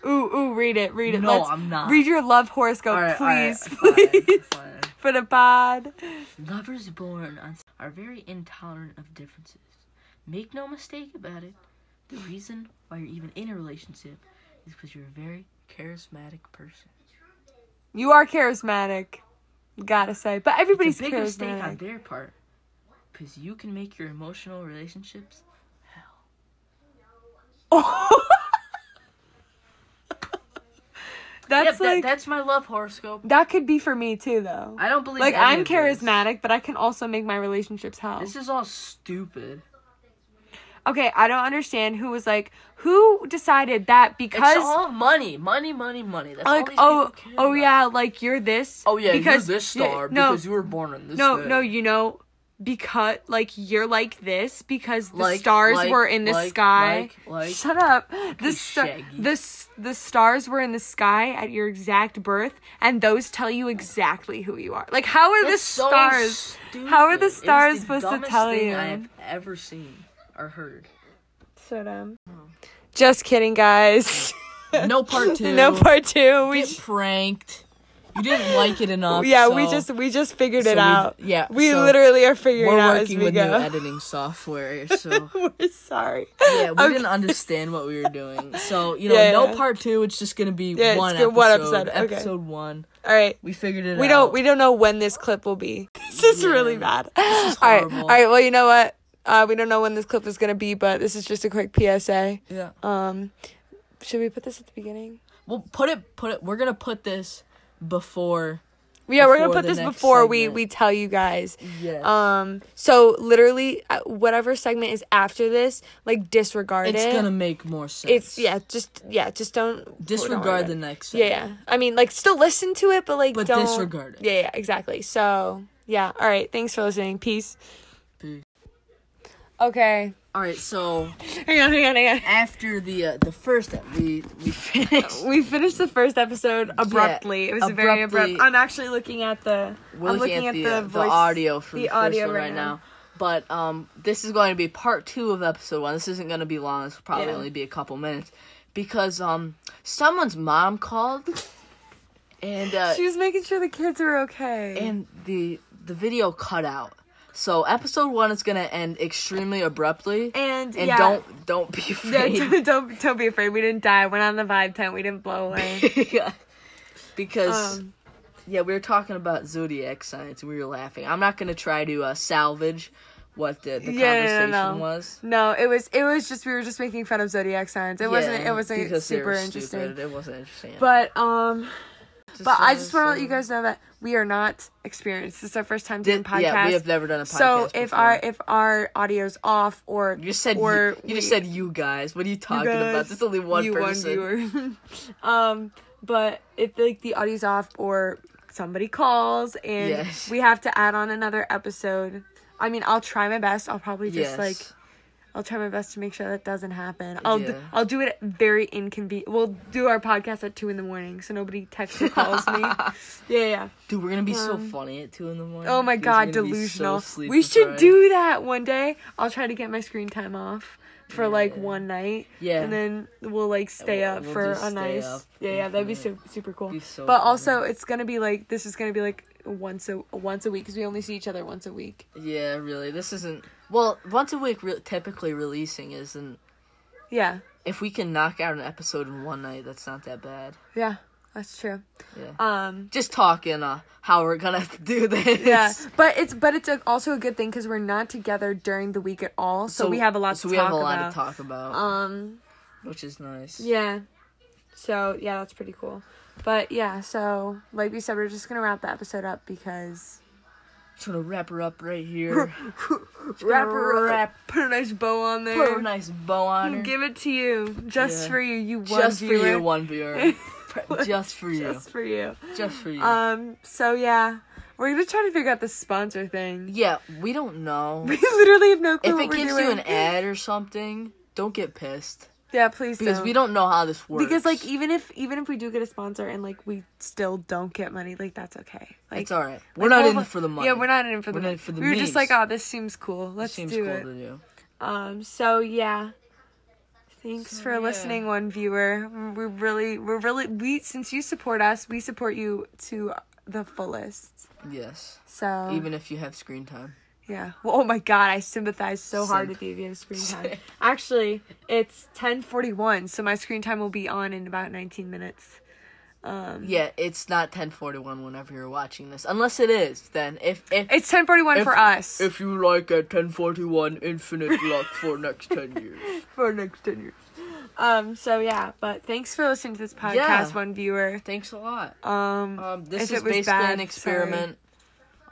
Speaker 1: Ooh, ooh, read it, read it.
Speaker 2: No,
Speaker 1: Let's
Speaker 2: I'm not.
Speaker 1: Read your love horoscope,
Speaker 2: All right, all right,
Speaker 1: please, [LAUGHS]
Speaker 2: fine,
Speaker 1: please,
Speaker 2: fine.
Speaker 1: for the pod.
Speaker 2: Lovers born on are very intolerant of differences. Make no mistake about it. The reason why you're even in a relationship is because you're a very charismatic person.
Speaker 1: You are charismatic, gotta say, but everybody's
Speaker 2: it's a big mistake on
Speaker 1: charismatic.
Speaker 2: their part because you can make your emotional relationships hell.
Speaker 1: [LAUGHS] Oh. that's
Speaker 2: Yep,
Speaker 1: like
Speaker 2: that,
Speaker 1: that,
Speaker 2: that's my love horoscope.
Speaker 1: could be for me too, though.
Speaker 2: I don't believe
Speaker 1: like
Speaker 2: any
Speaker 1: I'm
Speaker 2: of this.
Speaker 1: charismatic, but I can also make my relationships hell.
Speaker 2: This is all stupid.
Speaker 1: Okay, I don't understand who was like who decided that because
Speaker 2: it's all money, money, money, money. That's all
Speaker 1: like
Speaker 2: these
Speaker 1: oh
Speaker 2: people care
Speaker 1: oh
Speaker 2: about.
Speaker 1: yeah like you're this
Speaker 2: Oh yeah,
Speaker 1: because
Speaker 2: you're this
Speaker 1: yeah,
Speaker 2: star
Speaker 1: no
Speaker 2: because you were born on this.
Speaker 1: no
Speaker 2: day.
Speaker 1: no you know because like you're like this because the
Speaker 2: Like,
Speaker 1: stars
Speaker 2: like,
Speaker 1: were in the
Speaker 2: like,
Speaker 1: sky
Speaker 2: like, like.
Speaker 1: shut up the star
Speaker 2: Shaggy.
Speaker 1: the s- the stars were in the sky at your exact birth and those tell you exactly who you are like how are
Speaker 2: That's
Speaker 1: the
Speaker 2: so
Speaker 1: stars
Speaker 2: stupid.
Speaker 1: how are the
Speaker 2: It was
Speaker 1: stars
Speaker 2: the
Speaker 1: supposed to
Speaker 2: dumbest
Speaker 1: tell
Speaker 2: thing
Speaker 1: you?
Speaker 2: I've ever seen or
Speaker 1: [LAUGHS]
Speaker 2: heard.
Speaker 1: so dumb just kidding guys [LAUGHS]
Speaker 2: No part two.
Speaker 1: no part two [LAUGHS] we
Speaker 2: Get pranked. You didn't like it enough.
Speaker 1: yeah we
Speaker 2: so-
Speaker 1: just we just figured
Speaker 2: so
Speaker 1: it
Speaker 2: we-
Speaker 1: out
Speaker 2: yeah,
Speaker 1: we
Speaker 2: so
Speaker 1: literally are figuring
Speaker 2: we're
Speaker 1: it out as
Speaker 2: working
Speaker 1: we
Speaker 2: with new
Speaker 1: go
Speaker 2: editing software, so
Speaker 1: [LAUGHS] we're sorry
Speaker 2: yeah, we
Speaker 1: Okay.
Speaker 2: didn't understand what we were doing. So you know,
Speaker 1: Yeah,
Speaker 2: no
Speaker 1: yeah.
Speaker 2: part two. It's just gonna be
Speaker 1: Yeah, it's
Speaker 2: one,
Speaker 1: gonna-
Speaker 2: episode,
Speaker 1: one episode, okay.
Speaker 2: Episode one.
Speaker 1: all right
Speaker 2: We figured it out.
Speaker 1: We don't we don't know when this clip will be. [LAUGHS] This is really bad. all right,
Speaker 2: horrible.
Speaker 1: all right. Well, you know what? Uh, we don't know when this clip is gonna be, but this is just a quick PSA.
Speaker 2: yeah.
Speaker 1: Um, should we put this at the beginning?
Speaker 2: Well, put it. Put it. We're gonna put this before.
Speaker 1: Yeah, we're gonna put
Speaker 2: Before the
Speaker 1: this
Speaker 2: next
Speaker 1: before we
Speaker 2: segment.
Speaker 1: we tell you guys.
Speaker 2: Yes.
Speaker 1: Um, so literally, uh, whatever segment is after this, like disregard
Speaker 2: it's
Speaker 1: it.
Speaker 2: gonna make more sense.
Speaker 1: It's yeah, just yeah, just don't don't worry about
Speaker 2: disregard the
Speaker 1: it.
Speaker 2: next.
Speaker 1: Yeah,
Speaker 2: Segment.
Speaker 1: yeah. I mean, like, still listen to it, but like,
Speaker 2: But
Speaker 1: don't
Speaker 2: disregard it.
Speaker 1: Yeah, yeah, exactly. So yeah, all right. Thanks for listening. Peace.
Speaker 2: Peace.
Speaker 1: Okay.
Speaker 2: All right. So
Speaker 1: Hang on, hang on, hang on.
Speaker 2: after the uh, the first that we
Speaker 1: [LAUGHS]
Speaker 2: we finished.
Speaker 1: We finished the first episode abruptly. it was very
Speaker 2: abruptly.
Speaker 1: abrupt. I'm actually looking at the.
Speaker 2: We're
Speaker 1: I'm
Speaker 2: looking, at, the,
Speaker 1: the,
Speaker 2: uh,
Speaker 1: voice.
Speaker 2: the audio from
Speaker 1: the
Speaker 2: the, first
Speaker 1: audio
Speaker 2: one
Speaker 1: right
Speaker 2: right,
Speaker 1: now.
Speaker 2: now. But um, this is going to be part two of episode one. This isn't going to be long. This will probably
Speaker 1: Yeah.
Speaker 2: only be a couple minutes because um, someone's mom called, and uh,
Speaker 1: She was making sure the kids were okay.
Speaker 2: and the the video cut out. So episode one is going to end extremely abruptly.
Speaker 1: and,
Speaker 2: and
Speaker 1: yeah.
Speaker 2: don't don't be
Speaker 1: Yeah, [LAUGHS] don't,
Speaker 2: afraid. [LAUGHS]
Speaker 1: don't don't be afraid. We didn't die. Went on the vibe tent. We didn't blow
Speaker 2: [LAUGHS]
Speaker 1: away.
Speaker 2: Yeah. because
Speaker 1: Um,
Speaker 2: yeah, we were talking about zodiac signs and we were laughing. I'm not gonna try to uh, salvage what the, the
Speaker 1: Yeah, no, no, no.
Speaker 2: conversation was.
Speaker 1: no, it was it was just we were just making fun of zodiac signs. It wasn't it
Speaker 2: Yeah,
Speaker 1: wasn't
Speaker 2: because they
Speaker 1: super
Speaker 2: were
Speaker 1: interesting.
Speaker 2: stupid. It wasn't interesting.
Speaker 1: But um, but I
Speaker 2: uh,
Speaker 1: just want to let you
Speaker 2: so-
Speaker 1: guys know that we are not experienced. This is our first time doing
Speaker 2: Did-
Speaker 1: podcast.
Speaker 2: yeah, we have never done a podcast.
Speaker 1: So if
Speaker 2: before.
Speaker 1: our if our audio's off or
Speaker 2: you just said
Speaker 1: or
Speaker 2: you, you just
Speaker 1: we-
Speaker 2: said you guys. What are you talking
Speaker 1: guys,
Speaker 2: about? There's only one
Speaker 1: you
Speaker 2: person.
Speaker 1: viewer. [LAUGHS] um, but if like the audio's off or somebody calls and
Speaker 2: Yes.
Speaker 1: we have to add on another episode. I mean, I'll try my best. I'll probably just
Speaker 2: yes.
Speaker 1: like I'll try my best to make sure that doesn't happen. I'll d-
Speaker 2: Yeah.
Speaker 1: I'll do it very inconvenient. We'll do our podcast at two in the morning, so nobody texts or calls
Speaker 2: [LAUGHS]
Speaker 1: me. Yeah, yeah.
Speaker 2: Dude, we're gonna be so
Speaker 1: um,
Speaker 2: funny at two in the morning.
Speaker 1: Oh my
Speaker 2: because
Speaker 1: god,
Speaker 2: we're gonna be so
Speaker 1: delusional.
Speaker 2: sleep
Speaker 1: we should
Speaker 2: deprived.
Speaker 1: do that one day. I'll try to get my screen time off for like
Speaker 2: Yeah.
Speaker 1: one night.
Speaker 2: Yeah.
Speaker 1: And then we'll like stay
Speaker 2: we'll-
Speaker 1: up
Speaker 2: we'll
Speaker 1: for
Speaker 2: just
Speaker 1: a
Speaker 2: stay
Speaker 1: nice.
Speaker 2: up
Speaker 1: Yeah,
Speaker 2: and
Speaker 1: yeah, that'd be
Speaker 2: do
Speaker 1: super super cool.
Speaker 2: Be so
Speaker 1: but
Speaker 2: funny.
Speaker 1: also it's going to be like this is going to be like once a once a week because we only see each other once a week.
Speaker 2: Yeah, really. This isn't well. Once a week, re- typically releasing isn't.
Speaker 1: Yeah,
Speaker 2: If we can knock out an episode in one night, that's not that bad.
Speaker 1: yeah, that's true.
Speaker 2: Yeah.
Speaker 1: Um,
Speaker 2: Just talking uh, how we're gonna have to do this.
Speaker 1: yeah, but it's but it's a, also a good thing because we're not together during the week at all,
Speaker 2: [LAUGHS]
Speaker 1: so, we have a lot
Speaker 2: So
Speaker 1: to
Speaker 2: we
Speaker 1: talk
Speaker 2: have a lot
Speaker 1: about.
Speaker 2: to talk about,
Speaker 1: Um,
Speaker 2: which is nice.
Speaker 1: yeah. So yeah, that's pretty cool. But yeah, so like we said, we're just gonna wrap the episode up because
Speaker 2: Just gonna wrap her up right here.
Speaker 1: wrap her up,
Speaker 2: Wrap-
Speaker 1: put a nice bow on there,
Speaker 2: Put a nice bow on her.
Speaker 1: give it to you just
Speaker 2: Yeah.
Speaker 1: for you, you one
Speaker 2: just for
Speaker 1: viewer.
Speaker 2: you,
Speaker 1: [LAUGHS]
Speaker 2: one viewer. Pre- [LAUGHS] just for you.
Speaker 1: just for you.
Speaker 2: Just for you.
Speaker 1: Um. So yeah, we're gonna try to figure out the sponsor thing.
Speaker 2: yeah, we don't know.
Speaker 1: [LAUGHS] We literally have no clue
Speaker 2: If
Speaker 1: what
Speaker 2: it
Speaker 1: we're
Speaker 2: gives
Speaker 1: doing.
Speaker 2: you an ad or something, don't get pissed
Speaker 1: yeah, please
Speaker 2: because
Speaker 1: don't.
Speaker 2: we don't know how this works.
Speaker 1: Because like e- even if even if we do get a sponsor and like we still don't get money, like that's okay. Like
Speaker 2: it's all right. We're
Speaker 1: like,
Speaker 2: not
Speaker 1: well,
Speaker 2: in for the money.
Speaker 1: Yeah, we're not in it for the
Speaker 2: We're not
Speaker 1: money.
Speaker 2: in for the
Speaker 1: we were just
Speaker 2: memes.
Speaker 1: like, oh, this seems cool.
Speaker 2: It
Speaker 1: Let's
Speaker 2: seems
Speaker 1: do
Speaker 2: cool
Speaker 1: it.
Speaker 2: to do.
Speaker 1: Um. So yeah. Thanks
Speaker 2: So,
Speaker 1: for
Speaker 2: yeah.
Speaker 1: listening, one viewer. We really, we're really, we since you support us, we support you to the fullest.
Speaker 2: Yes.
Speaker 1: So
Speaker 2: Even if you have screen time.
Speaker 1: Yeah. Well, oh my god, I sympathize so hard
Speaker 2: Simp.
Speaker 1: with you if you have screen time. Actually, it's 10:41, so my screen time will be on in about 19 minutes. Um
Speaker 2: Yeah, it's not 1041 whenever you're watching this. Unless it is, then if if
Speaker 1: It's 10:41
Speaker 2: If-
Speaker 1: for us.
Speaker 2: if you like at 1041 infinite luck for next [LAUGHS] 10 years.
Speaker 1: for next 10 years. Um so yeah, but thanks for listening to this podcast
Speaker 2: Yeah.
Speaker 1: one viewer.
Speaker 2: Thanks a lot.
Speaker 1: Um
Speaker 2: Um this
Speaker 1: If
Speaker 2: is
Speaker 1: it was
Speaker 2: basically
Speaker 1: bad,
Speaker 2: an experiment.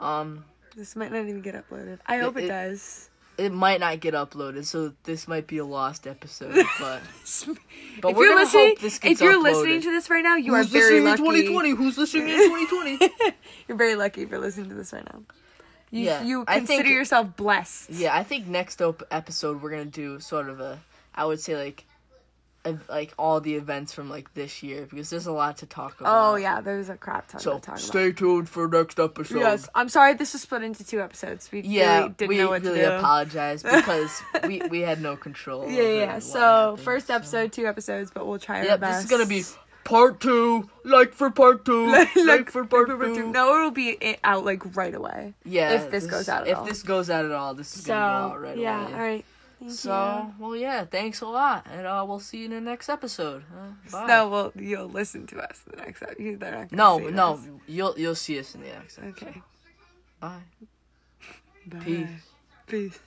Speaker 2: Um
Speaker 1: this might not even get uploaded. I hope it,
Speaker 2: it-
Speaker 1: does.
Speaker 2: it might not get uploaded, so this might be a lost
Speaker 1: [LAUGHS]
Speaker 2: episode, but [LAUGHS] but
Speaker 1: if
Speaker 2: we're
Speaker 1: you're
Speaker 2: gonna
Speaker 1: listening
Speaker 2: hope this gets
Speaker 1: if you're
Speaker 2: uploaded.
Speaker 1: listening to this right now, you
Speaker 2: Who's
Speaker 1: are very
Speaker 2: listening
Speaker 1: lucky.
Speaker 2: in 2020? Who's
Speaker 1: [LAUGHS]
Speaker 2: listening in 2020?
Speaker 1: You're very lucky if you're listening to this right now. You
Speaker 2: Yeah,
Speaker 1: you
Speaker 2: I
Speaker 1: consider
Speaker 2: think-
Speaker 1: yourself blessed.
Speaker 2: Yeah, I think next op- episode we're gonna do sort of a, I would say like, ev- like all the events from like this year because there's a lot to talk about.
Speaker 1: Oh yeah, there's a crap ton
Speaker 2: So
Speaker 1: to talk about.
Speaker 2: stay tuned for next episode.
Speaker 1: Yes, I'm sorry. This was split into two episodes. We
Speaker 2: Yeah,
Speaker 1: really didn't
Speaker 2: we
Speaker 1: know what
Speaker 2: really
Speaker 1: to do. [LAUGHS]
Speaker 2: apologize because we we had no control.
Speaker 1: yeah,
Speaker 2: over
Speaker 1: yeah.
Speaker 2: what
Speaker 1: So
Speaker 2: happened,
Speaker 1: first
Speaker 2: so-
Speaker 1: episode, two episodes, but we'll try
Speaker 2: Yeah,
Speaker 1: our best.
Speaker 2: this is gonna be part two. Like for part
Speaker 1: [LAUGHS]
Speaker 2: two. [LAUGHS] like, for part two.
Speaker 1: No, it'll be i- out like right away.
Speaker 2: Yeah,
Speaker 1: if this goes out at
Speaker 2: if
Speaker 1: all.
Speaker 2: this goes out at all, this is
Speaker 1: So
Speaker 2: gonna go out right
Speaker 1: yeah,
Speaker 2: away.
Speaker 1: all right. Thank
Speaker 2: So, well, yeah, thanks a lot, and uh, we'll see you in the next episode. Uh,
Speaker 1: you.
Speaker 2: bye.
Speaker 1: no, well, you'll listen to us the next episode. They're not gonna
Speaker 2: no,
Speaker 1: see
Speaker 2: no,
Speaker 1: this.
Speaker 2: you'll you'll see us in the next episode.
Speaker 1: Okay.
Speaker 2: Bye.
Speaker 1: Bye.
Speaker 2: Peace.
Speaker 1: Peace.